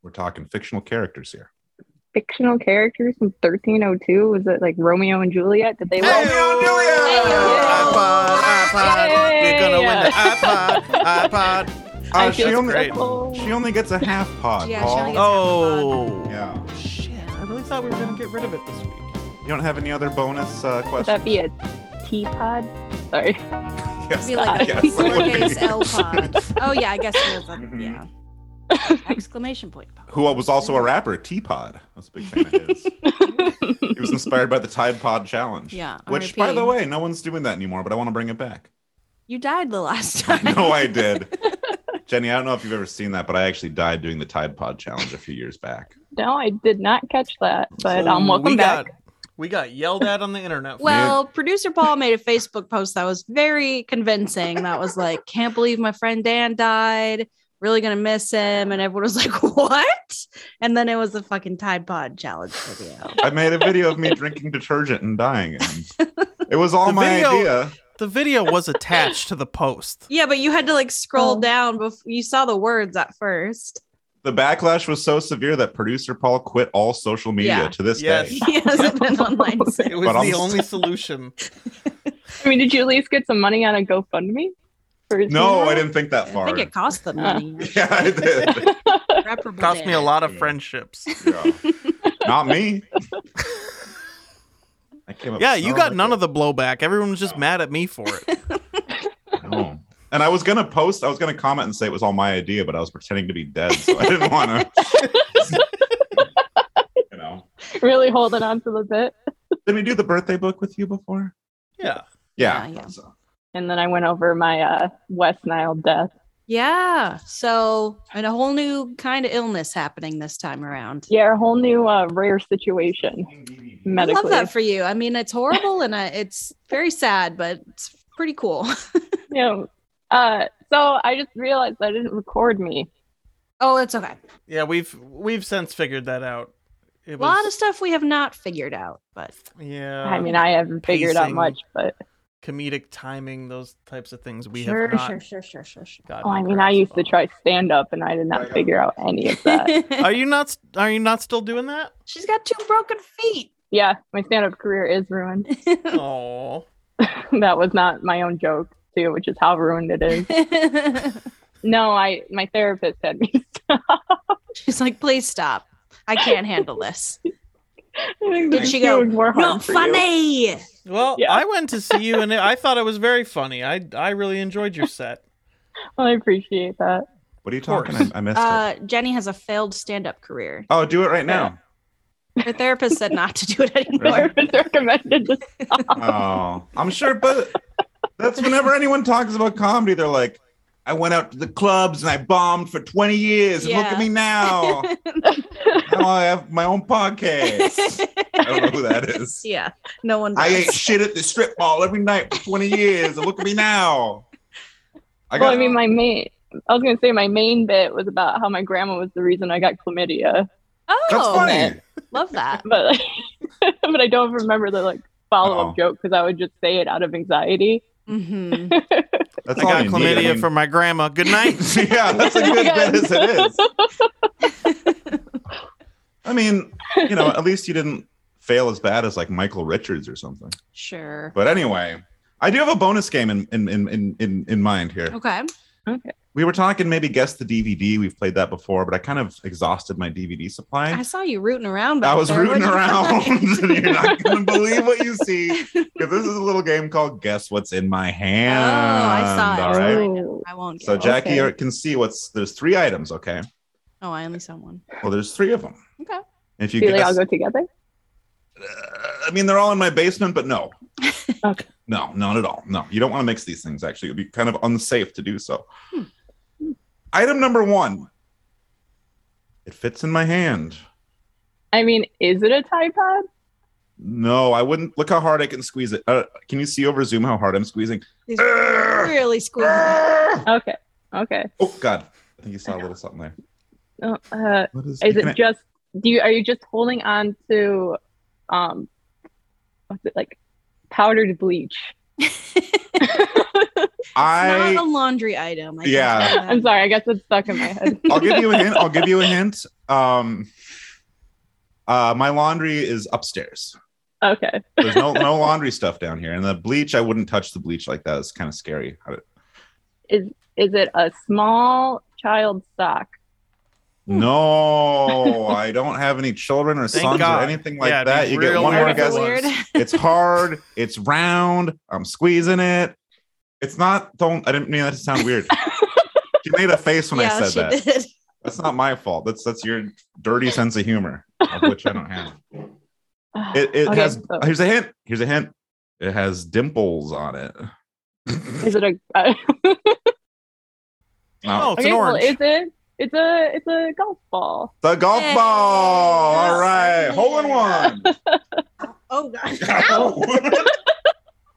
S4: We're talking fictional characters here.
S7: Fictional characters from 1302. Was it like Romeo and Juliet? Did they? love? [laughs]
S6: iPod, iPod. We're gonna win the iPod, iPod.
S4: Uh,
S7: I
S4: she
S7: feel
S4: only-
S7: terrible.
S4: She only gets a half pod.
S8: Yeah, she
S4: Paul.
S8: only gets-
S6: Oh.
S4: yeah.
S6: Shit. I really thought we were going to get rid of it this week.
S4: You don't have any other bonus uh,
S7: Would
S4: questions?
S7: that be a teapot? Sorry.
S4: [laughs] Yes.
S8: be like a [laughs]
S4: Yes.
S8: lowercase
S5: [laughs]
S8: L pod. Oh yeah, I guess it was a yeah. Exclamation point. pod.
S4: Who was also a rapper, Teapot. I was a big fan of his. he was inspired by the Tide Pod Challenge.
S8: Yeah,
S4: Which, by
S8: RIP.
S4: the way, no one's doing that anymore, but I want to bring it
S8: [laughs]
S4: back.
S8: You died the last time.
S4: No, [laughs] I did. Jenny, I don't know if you've ever seen that, but I actually died doing the Tide Pod Challenge a few years back.
S7: No, I did not catch that, but
S6: So
S7: um, welcome
S6: we
S7: back.
S6: Got, we got yelled at on the internet. for
S8: [laughs] Well, producer Paul made a Facebook post that was very convincing. That was like, can't believe my friend Dan died. Really gonna miss him. And everyone was like, [laughs] what? And then it was the fucking Tide Pod challenge video.
S4: I made a video of me drinking detergent and dying. And it was all
S6: The
S4: my
S6: video-
S4: idea.
S6: The video was attached to the post.
S8: Yeah, but you had to like scroll
S7: Oh.
S8: down before you saw the words at first. [laughs]
S4: The backlash was so severe that producer Paul quit all social media
S8: Yeah.
S4: to this
S6: Yes.
S4: day.
S8: He hasn't
S4: [laughs]
S8: been online since.
S6: It was
S4: But I'm-
S6: the only solution. [laughs]
S7: I mean, did you at least get some money on a GoFundMe? For his
S4: No,
S7: funeral?
S4: I didn't think that
S8: I
S4: far. [laughs]
S8: think it cost them money.
S4: yeah, I did.
S8: Irreparable
S6: Cost me a
S8: damage.
S6: lot
S4: [laughs]
S6: of friendships.
S4: Yeah. Not me. I came up
S6: Yeah, you got none of the blowback. Everyone was just mad at me for
S4: [laughs]
S6: it.
S4: No. And I was gonna post, I was gonna comment and say it was all my idea, but I was pretending to be dead, so I didn't
S6: [laughs]
S4: want to. you know.
S7: Really holding on to the bit.
S4: Did we do the birthday book with you before?
S6: Yeah.
S4: Yeah.
S8: Yeah, yeah.
S4: So-
S7: And then I went over my uh, West Nile death.
S8: Yeah. So, and a whole new kind of illness happening this time around.
S7: Yeah, a whole new uh, rare situation
S8: I
S7: medically.
S8: love that for you. I mean, it's horrible and I, it's very sad, but it's pretty cool. [laughs]
S7: you know, uh, so I just realized I didn't record me.
S8: Oh, it's okay.
S6: Yeah, we've we've since figured that out. It
S8: A lot of stuff we have not figured out, but
S6: yeah.
S7: I mean, I haven't figured out
S6: Um, pacing.
S7: much, but
S6: comedic timing, those types of things we
S8: sure,
S6: have not
S8: sure, sure, sure, sure, sure.
S6: gotten
S7: oh, I
S6: a
S7: mean, I
S6: grasp
S7: used to
S6: on.
S7: try stand up and I did not figure out any of
S8: [laughs]
S7: that.
S6: Are you not s- are you not still doing that?
S8: She's got two broken feet. [laughs]
S7: yeah, my stand up career is ruined. [laughs]
S6: Oh.
S7: that was not my own joke, too, which is how ruined it is. No, I my therapist had me. [laughs]
S8: She's like, please stop. I can't handle
S7: [laughs]
S8: this.
S7: Did
S8: she go,
S7: More harm
S8: Not
S7: for you."
S8: funny.
S6: Well,
S7: Yeah.
S6: I went to see you and it, I thought it was very funny. I I really enjoyed your set.
S7: Well, I appreciate that.
S4: What are you
S6: Of course.
S4: talking? I, I missed it.
S8: Uh, Jenny has a failed stand-up career.
S4: Oh, do it right now.
S8: Her therapist said not to do it anymore.
S7: Therapist recommended this.
S4: Oh, I'm sure, but that's whenever anyone talks about comedy, they're like, I went out to the clubs and I bombed for 20 years. And look
S8: Yeah.
S4: at me now. now I have my own podcast. I don't know who that is.
S8: [laughs] yeah, no one.
S4: I ate
S8: does.
S4: shit at the strip mall every night for 20 years. And look at me now. I got
S7: well, I mean, my main. I was gonna say my main bit was about how my grandma was the reason I got chlamydia,
S8: Oh,
S4: that's funny.
S8: love that.
S7: but like, [laughs] but I don't remember the like follow
S4: Uh-oh.
S7: up joke because I would just say it out of
S4: [laughs]
S7: anxiety.
S8: hmm
S5: Mm-hmm.
S4: That's
S6: I
S4: all
S6: got
S4: you need. I
S6: chlamydia
S4: mean- [laughs]
S6: from my grandma. Good night.
S4: yeah, that's a
S7: [laughs]
S4: good bet as it is. I mean, you know, at least you didn't fail as bad as like Michael Richards or something.
S8: Sure.
S4: But anyway, I do have a bonus game in in in in in, in mind here.
S8: Okay.
S4: We were talking maybe guess the DVD. We've played that before, but I kind of exhausted my DVD
S8: I
S4: supply.
S8: saw you rooting around.
S4: I
S8: back
S4: was
S8: there.
S4: rooting
S8: What'd you
S4: around, [laughs]
S8: find?
S5: [laughs]
S4: and you're not
S8: [laughs]
S4: going to believe what you see. Because this is a little game called Guess What's in My Hand.
S8: Oh, saw it.
S4: All right.
S7: Ooh.
S8: I won't.
S4: So
S8: get it.
S4: Jackie
S7: Okay.
S4: can see what's there's three items. Okay.
S8: Oh, I only saw one.
S4: Well, there's three of them.
S8: Okay.
S4: If you
S7: Do they
S4: guess,
S7: all go together?
S4: I mean, they're all in my basement, but no.
S7: Okay.
S4: No, not at all. No, you don't want to mix these things. Actually, it'd be kind of unsafe to do so. Item number one. It fits in my hand.
S7: I mean, is it a Tide Pod?
S4: No, I wouldn't. Look how hard I can squeeze it. Uh, can you see over Zoom how hard I'm squeezing?
S8: These
S4: Urgh.
S8: really squeezing.
S4: Ah!
S7: Okay, okay.
S4: Oh God, I think you saw a little something there.
S7: Uh, uh,
S4: What is?
S7: is
S4: you can-
S7: it just? Do you are you just holding on to, um, what's it like, powdered bleach? [laughs]
S4: I
S8: Not a laundry item. I can
S4: Yeah.
S8: tell that.
S7: I'm sorry, I guess it's stuck in my head.
S4: [laughs] I'll give you a hint. I'll give you a hint. Um, uh, my laundry is upstairs.
S7: [laughs] okay.
S4: There's no no laundry stuff down here, and the bleach. I wouldn't touch the bleach like that. It's kind of scary. I-
S7: is is it a small child sock?
S4: No, I don't have any children or
S6: Hmm.
S4: [laughs]
S6: Thank
S4: sons
S6: God.
S4: or anything like
S6: Yeah, it'd be
S4: that. You get
S6: real
S4: one
S6: weird
S4: more
S6: if it
S4: guess.
S6: was.
S4: It's hard. It's round. I'm squeezing it. It's not. Don't. I didn't mean that to sound
S6: [laughs]
S4: weird. she made a face when I
S5: yeah,
S4: said
S5: she
S4: that.
S5: did. [laughs]
S4: That's not my fault. That's that's your dirty sense of humor, of which I don't have. It, it
S7: [sighs] Okay,
S4: has.
S7: so-
S4: Here's a hint. Here's a hint. It has dimples on it.
S7: Is it a? [laughs] Uh,
S6: Oh,
S4: No,
S6: it's an
S7: well,
S6: orange.
S7: is it? It's a it's a golf ball.
S4: the golf
S5: Hey.
S4: ball. All right, hole in one.
S5: Oh gosh.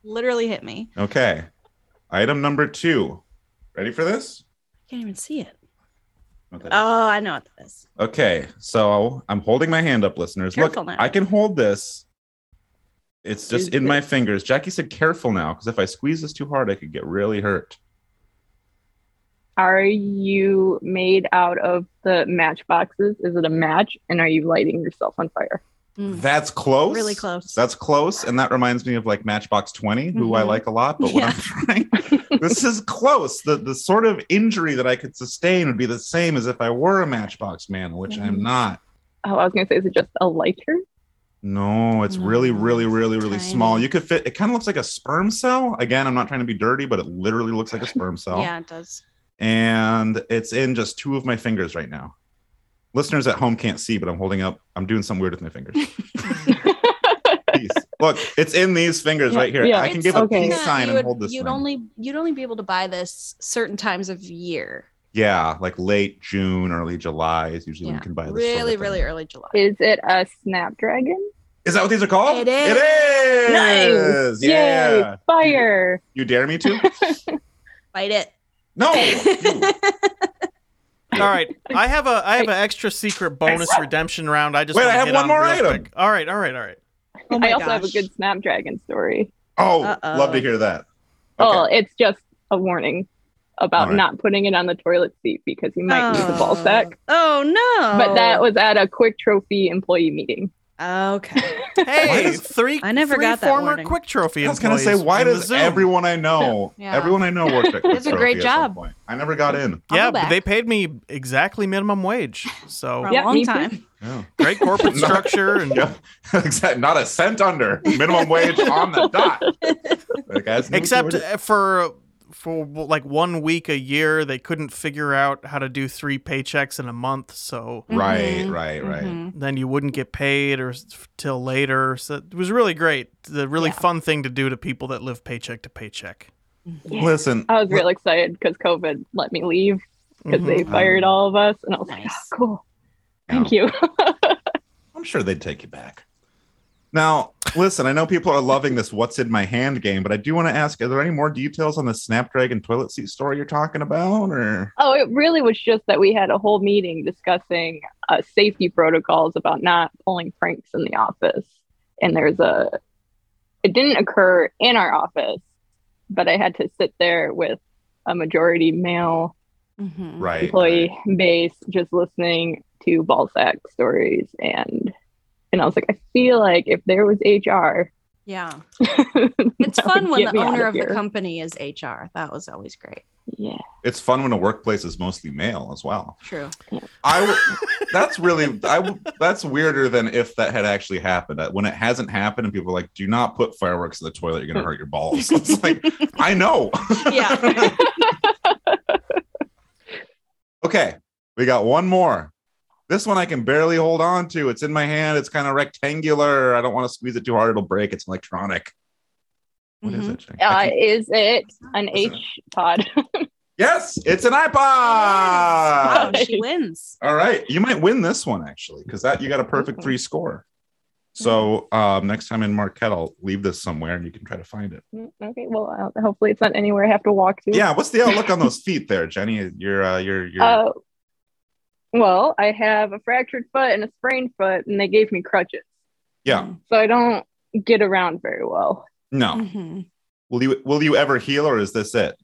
S5: Literally hit me.
S4: [laughs] Okay. Item number two. Ready for this?
S5: Can't even see it.
S4: What that is.
S5: Oh, I know what that is.
S4: Okay. So I'm holding my hand up, listeners.
S5: Careful
S4: Look,
S5: now.
S4: I can hold this. It's just
S7: Is
S4: in
S7: it-
S4: my fingers. Jackie said, careful now, because if I squeeze this too hard, I could get really hurt.
S7: Are you made out of the matchboxes? Is it a match? And are you lighting yourself on fire?
S5: Mm.
S4: That's close.
S5: Really close.
S4: That's close. And that reminds me of like Matchbox 20, who I
S5: Mhm.
S4: like a lot. But
S5: Yeah.
S4: what I'm [laughs]
S5: [laughs]
S4: trying, this is close. The, the sort of injury that I could sustain would be the same as if I were a Matchbox man, which
S5: Mm-hmm.
S4: I'm not.
S7: Oh, I was gonna say, is it just a lighter? [laughs]
S4: No, it's really,
S5: No,
S4: really, really, really small.
S5: Mm, tiny.
S4: You could fit. It kind of looks like a sperm cell. Again, I'm not trying to be dirty, but it literally looks like a sperm cell.
S5: Yeah, it does.
S4: And it's in just two of my fingers right now. Listeners at home can't see, but I'm holding up. I'm doing something weird with my fingers.
S5: [laughs]
S4: Peace. Look, it's in these fingers
S7: Yeah,
S4: right here.
S7: yeah.
S4: I can
S7: It's
S4: give
S7: okay.
S4: a
S7: Yeah,
S4: peace sign
S5: you
S4: and
S5: would-
S4: hold this.
S5: You'd
S4: thing.
S5: only you'd only be able to buy this certain times of year.
S4: Yeah, like late June, early July is usually when
S5: Yeah,
S4: you can buy this. sort of
S5: really,
S4: thing.
S5: really early July.
S7: Is it a snapdragon?
S4: Is that what these are called?
S5: It is.
S4: It is.
S7: Yay,
S4: Yeah.
S7: Fire!
S4: You dare me to?
S5: Bite it.
S7: Oh,
S4: No.
S5: [laughs]
S4: you.
S6: All right, I have a I have an extra secret bonus redemption round. I just
S4: Wait,
S6: wanna
S4: I have
S6: hit
S4: one
S6: on
S4: more
S6: real
S4: item.
S6: quick. All right, all right, all right.
S5: Oh my
S7: I also have a
S5: gosh.
S7: good snapdragon story.
S4: Oh,
S5: Uh-oh.
S4: love to hear that.
S7: Oh, it's just a warning about
S4: All right.
S7: not putting it on the toilet seat because you might lose the ball
S5: Oh.
S7: sack.
S5: Oh no.
S7: But that was at a quick trophy employee meeting.
S5: Okay.
S4: [laughs] Why
S6: Hey,
S4: does-
S6: three.
S5: I never
S6: three
S5: got that
S6: former
S5: warning.
S6: Quick Trophy.
S4: I was gonna say,
S6: employees
S4: why
S6: in the
S4: does
S6: Zoom.
S4: everyone I know,
S5: [laughs] Yeah.
S4: everyone I know worked at
S5: It's a
S4: Quick
S5: great
S4: Trophy at some
S5: job.
S4: point. I never got in.
S5: I'll
S6: Yeah,
S5: go
S6: but
S5: back.
S6: they paid me exactly minimum wage. So
S5: For a
S7: Yeah,
S5: long
S7: me too.
S5: time.
S4: Yeah.
S6: [laughs]
S4: [laughs]
S6: great corporate
S4: No.
S6: structure and
S4: Yeah. Exact- Not a cent under minimum wage on the dot. Like, guys, no
S6: except
S4: shortage.
S6: for for like one week a year they couldn't figure out how to do three paychecks in a month so
S4: right, right, right.
S8: Mm-hmm.
S5: Mhm.
S6: then you wouldn't get paid or s- till later so it was really great the really fun thing to do to people that live paycheck to paycheck
S4: Listen,
S7: I was real excited because COVID let me leave because
S6: Mhm.
S7: they fired all of us, and I was like,
S5: Nice.
S7: oh, "Cool, thank you." [laughs]
S4: I'm sure they'd take you back. Now, listen, I know people are loving this "What's in my hand" game, but I do want to ask: Are there any more details on the Snapdragon toilet seat story you're talking about, or
S7: oh, it really was just that we had a whole meeting discussing uh, safety protocols about not pulling pranks in the office, and there's a. It didn't occur in our office, but I had to sit there with a majority male
S5: Mhm.
S4: right?
S7: employee base just listening to ball sack stories and and I was like, I feel like if there was HR,
S5: Yeah. It's
S7: [laughs] it's
S5: fun when the owner of the company is HR. That was always great.
S7: Yeah,
S4: It's fun when a workplace is mostly male as well.
S5: True.
S4: I w- that's really I w- that's weirder than if that had actually happened. Uh, When it hasn't happened and people are like, "Do not put fireworks in the toilet. You're gonna hurt your balls." [laughs] It's like I know.
S7: [laughs]
S5: Yeah.
S4: [laughs] Okay, we got one more. This one I can barely hold on to. It's in my hand. It's kind of rectangular. I don't want to squeeze it too hard. It'll break. It's electronic. What is
S5: Mhm.
S4: it? Jake? I
S7: uh,
S4: can-
S7: is it an
S4: Is it-
S7: H [laughs] pod?
S4: yes, it's an iPod. Ah.
S5: Wow,
S7: Yes.
S5: she wins.
S4: All right, you might win this one actually, because that you got a perfect three score. So um, next time in Marquette, I'll leave this somewhere and you can try to find it.
S7: Mm, okay, well, uh, hopefully it's not anywhere I have to walk to.
S4: Yeah, what's the outlook on those feet there, Jenny? You're uh, you're you're
S7: Uh, well, I have a fractured foot and a sprained foot, and they gave me crutches,
S4: yeah.
S7: so I don't get around very well.
S4: No,
S5: Mhm.
S4: will you will you ever heal or is this it?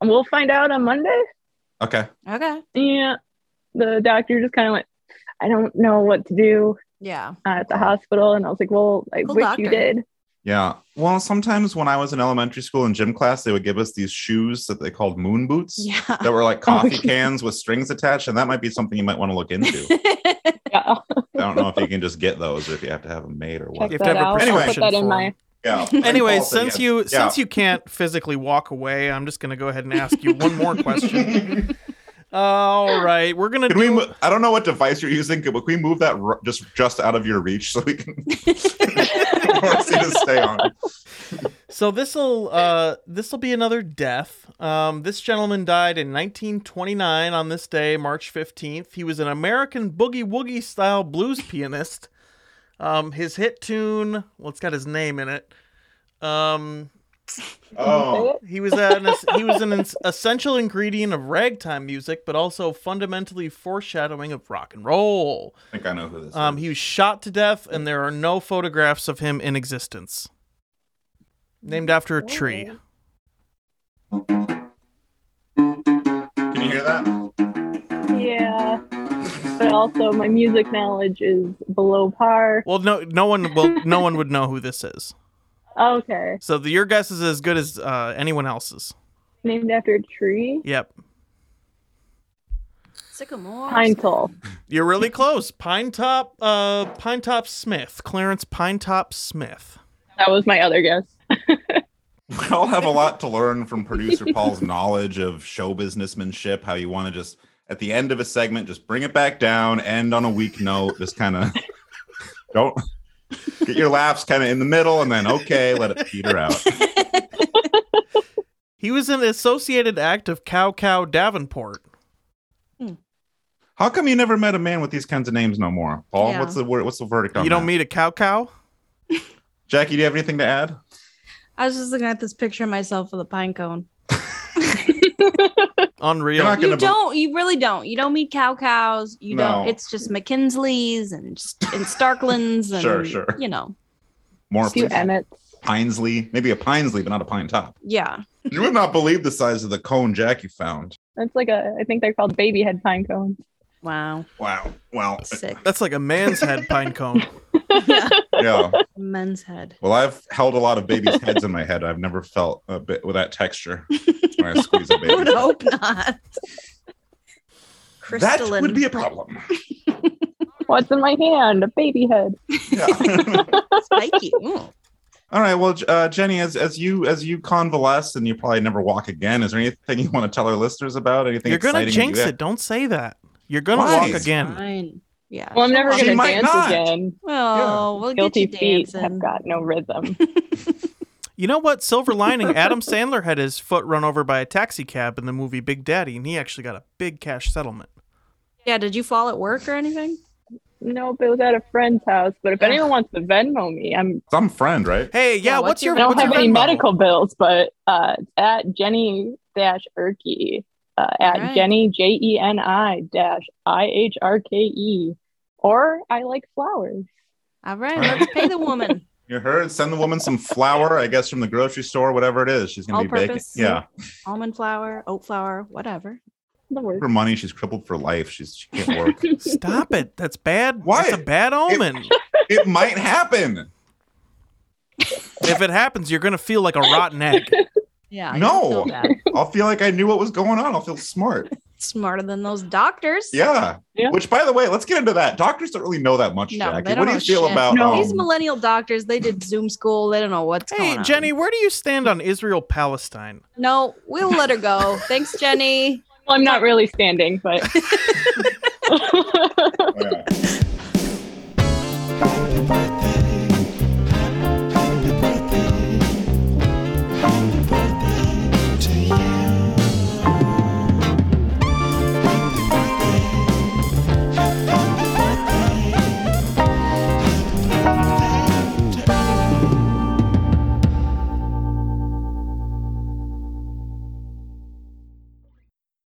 S7: And we'll find out on Monday.
S4: Okay,
S5: Okay.
S7: yeah the doctor just kind of went i don't know what to do
S5: Yeah.
S7: uh, at the hospital and i was like well i
S5: Cool
S7: wish
S5: doctor.
S7: you did
S4: Yeah. Well, sometimes when I was in elementary school in gym class, they would give us these shoes that they called moon boots
S5: Yeah.
S4: that were like
S7: Oh,
S4: coffee
S7: yeah.
S4: cans with strings attached. And that might be something you might want to look
S6: [laughs]
S4: into.
S7: [laughs] Yeah.
S4: I don't know if you can just get those or if you have to have them made or what.
S7: Check
S6: If
S7: that
S6: ever
S7: out. I'll put
S4: prescription
S7: that in
S6: form.
S7: my
S6: [laughs]
S4: Yeah.
S6: Anyway,
S4: Paul said
S6: since
S4: yes.
S6: you
S4: Yeah.
S6: since you can't physically walk away, I'm just gonna go ahead and ask you one more question.
S4: [laughs]
S6: All right, we're gonna
S4: Can
S6: do.
S4: we? Mo- I don't know what device you're using. Could we move that r- just just out of your reach so we can [laughs]
S6: [laughs]
S7: [laughs]
S4: force you to stay on?
S6: so this'll uh this'll be another death. Um, this gentleman died in 1929 on this day, March 15th. He was an American boogie woogie style blues pianist. Um, his hit tune, well, it's got his name in it. Um,
S4: Oh,
S6: He was an he was an es- essential ingredient of ragtime music, but also fundamentally foreshadowing of rock and roll.
S4: I think I know who this
S6: Um,
S4: is.
S6: he was shot to death, and there are no photographs of him in existence. Named after a tree.
S4: Can you hear that?
S7: yeah. But also, my music knowledge is below par.
S6: Well, no, no one will, no one would know who this is.
S7: Okay,
S6: So the, your guess is as good as uh, anyone else's.
S7: named after a tree,
S6: Yep,
S5: Sycamore.
S7: pine toll.
S6: you're really close. Pine Top, uh, Pine Top Smith, Clarence Pine Top Smith.
S7: That was my other guess.
S4: We [laughs] all have a lot to learn from producer Paul's knowledge of show businessmanship. How you want to just at the end of a segment just bring it back down, end on a weak note. Just kind of [laughs] don't get your laughs kind of in the middle, and then okay, let it peter out.
S6: He was an associated act of Cow Cow Davenport.
S4: How come you never met a man with these kinds of names no more, Paul?
S5: Yeah.
S4: What's the wor- what's the verdict on
S6: You don't
S4: that?
S6: meet a cow cow?
S4: Jackie, do you have anything to add?
S5: I was just looking at this picture of myself with a pine cone.
S6: Unreal.
S4: You're not-
S5: You
S4: gonna be-
S5: don't. You really don't. You don't meet cow cows. You
S4: No.
S5: don't. It's just McKinsley's and just, and Starklands
S4: [laughs]
S5: and
S4: Sure, sure.
S5: you know.
S4: More
S7: Two
S4: please.
S7: Emmets.
S4: Pinesley, maybe a Pinesley, but not a pine top.
S5: Yeah.
S4: You would not believe the size of the cone Jackie found.
S7: That's like a. I think they're called baby head pine cones.
S5: Wow.
S4: Wow. Wow.
S5: [laughs] Sick.
S6: That's like a man's head pine [laughs] cone.
S4: Yeah.
S5: Men's
S4: [laughs]
S5: head.
S4: Well, I've held a lot of babies' heads in my head. I've never felt a bit with that texture when I squeeze
S6: [laughs]
S4: a
S5: I would
S4: baby.
S5: hope not.
S4: that
S5: Crystalline.
S4: would be a [laughs] problem.
S7: What's in my hand? A baby head.
S4: Yeah.
S5: spiky. Ooh.
S4: [laughs] All right. Well, J- uh, Jenny, as as you as you convalesce and you probably never walk again, is there anything you want to tell our listeners about? Anything
S6: You're gonna
S4: exciting you
S6: jinx
S4: did?
S6: it. Don't say that. You're gonna
S4: Why?
S6: walk again.
S5: Fine. Yeah.
S7: Well, I'm never
S4: She
S7: gonna
S4: might
S7: dance
S4: not.
S7: again.
S5: Well, we'll
S7: Guilty
S5: get you
S7: feet
S5: dancing.
S7: have got no rhythm. [laughs]
S6: You know what? Silver lining. Adam Sandler had his foot run over by a taxi cab in the movie Big Daddy, and he actually got a big cash settlement.
S5: Yeah. Did you fall at work or anything?
S7: nope, it was at a friend's house. But if
S5: Ugh.
S7: anyone wants to Venmo me, I'm.
S4: Some friend, right?
S6: Hey, yeah.
S5: Yeah,
S6: what's,
S5: what's
S6: your?
S5: your-
S7: I don't
S6: what's
S7: have
S6: your
S7: any
S6: Venmo?
S7: medical bills, but uh, it's at Jenny dash Erky. Uh, at
S5: Alright.
S7: Jenny J E N I dash I H R K E, or I like flowers.
S5: All right. Let's pay
S4: [laughs]
S5: the woman.
S4: You heard? Send the woman some flour, I guess, from the grocery store, whatever it is. She's gonna
S5: All
S4: be
S5: purpose.
S4: baking. Yeah.
S5: Almond flour, oat flour, whatever.
S7: The
S4: For
S7: word.
S4: money, she's crippled for life. She's she can't work.
S6: Stop it. That's bad.
S4: Why?
S6: That's a bad omen.
S4: it might happen.
S6: if it happens, you're gonna feel like a rotten egg.
S5: Yeah.
S4: I No. feel bad. [laughs] I'll feel like I knew what was going on. I'll feel smart.
S5: Smarter than those doctors.
S4: Yeah.
S7: Yeah.
S4: Which, by the way, let's get into that. Doctors don't really know that much,
S5: No,
S4: Jackie.
S5: they
S4: What
S5: don't
S4: do you
S5: know
S4: feel
S5: shit.
S4: about?
S7: No.
S4: um,
S5: These millennial doctors, they did Zoom school. They don't know what's going
S6: Hey,
S5: on.
S6: Jenny, where do you stand on Israel Palestine?
S5: No, we'll let her go. Thanks, Jenny.
S7: Well, I'm not really standing, but.
S4: yeah.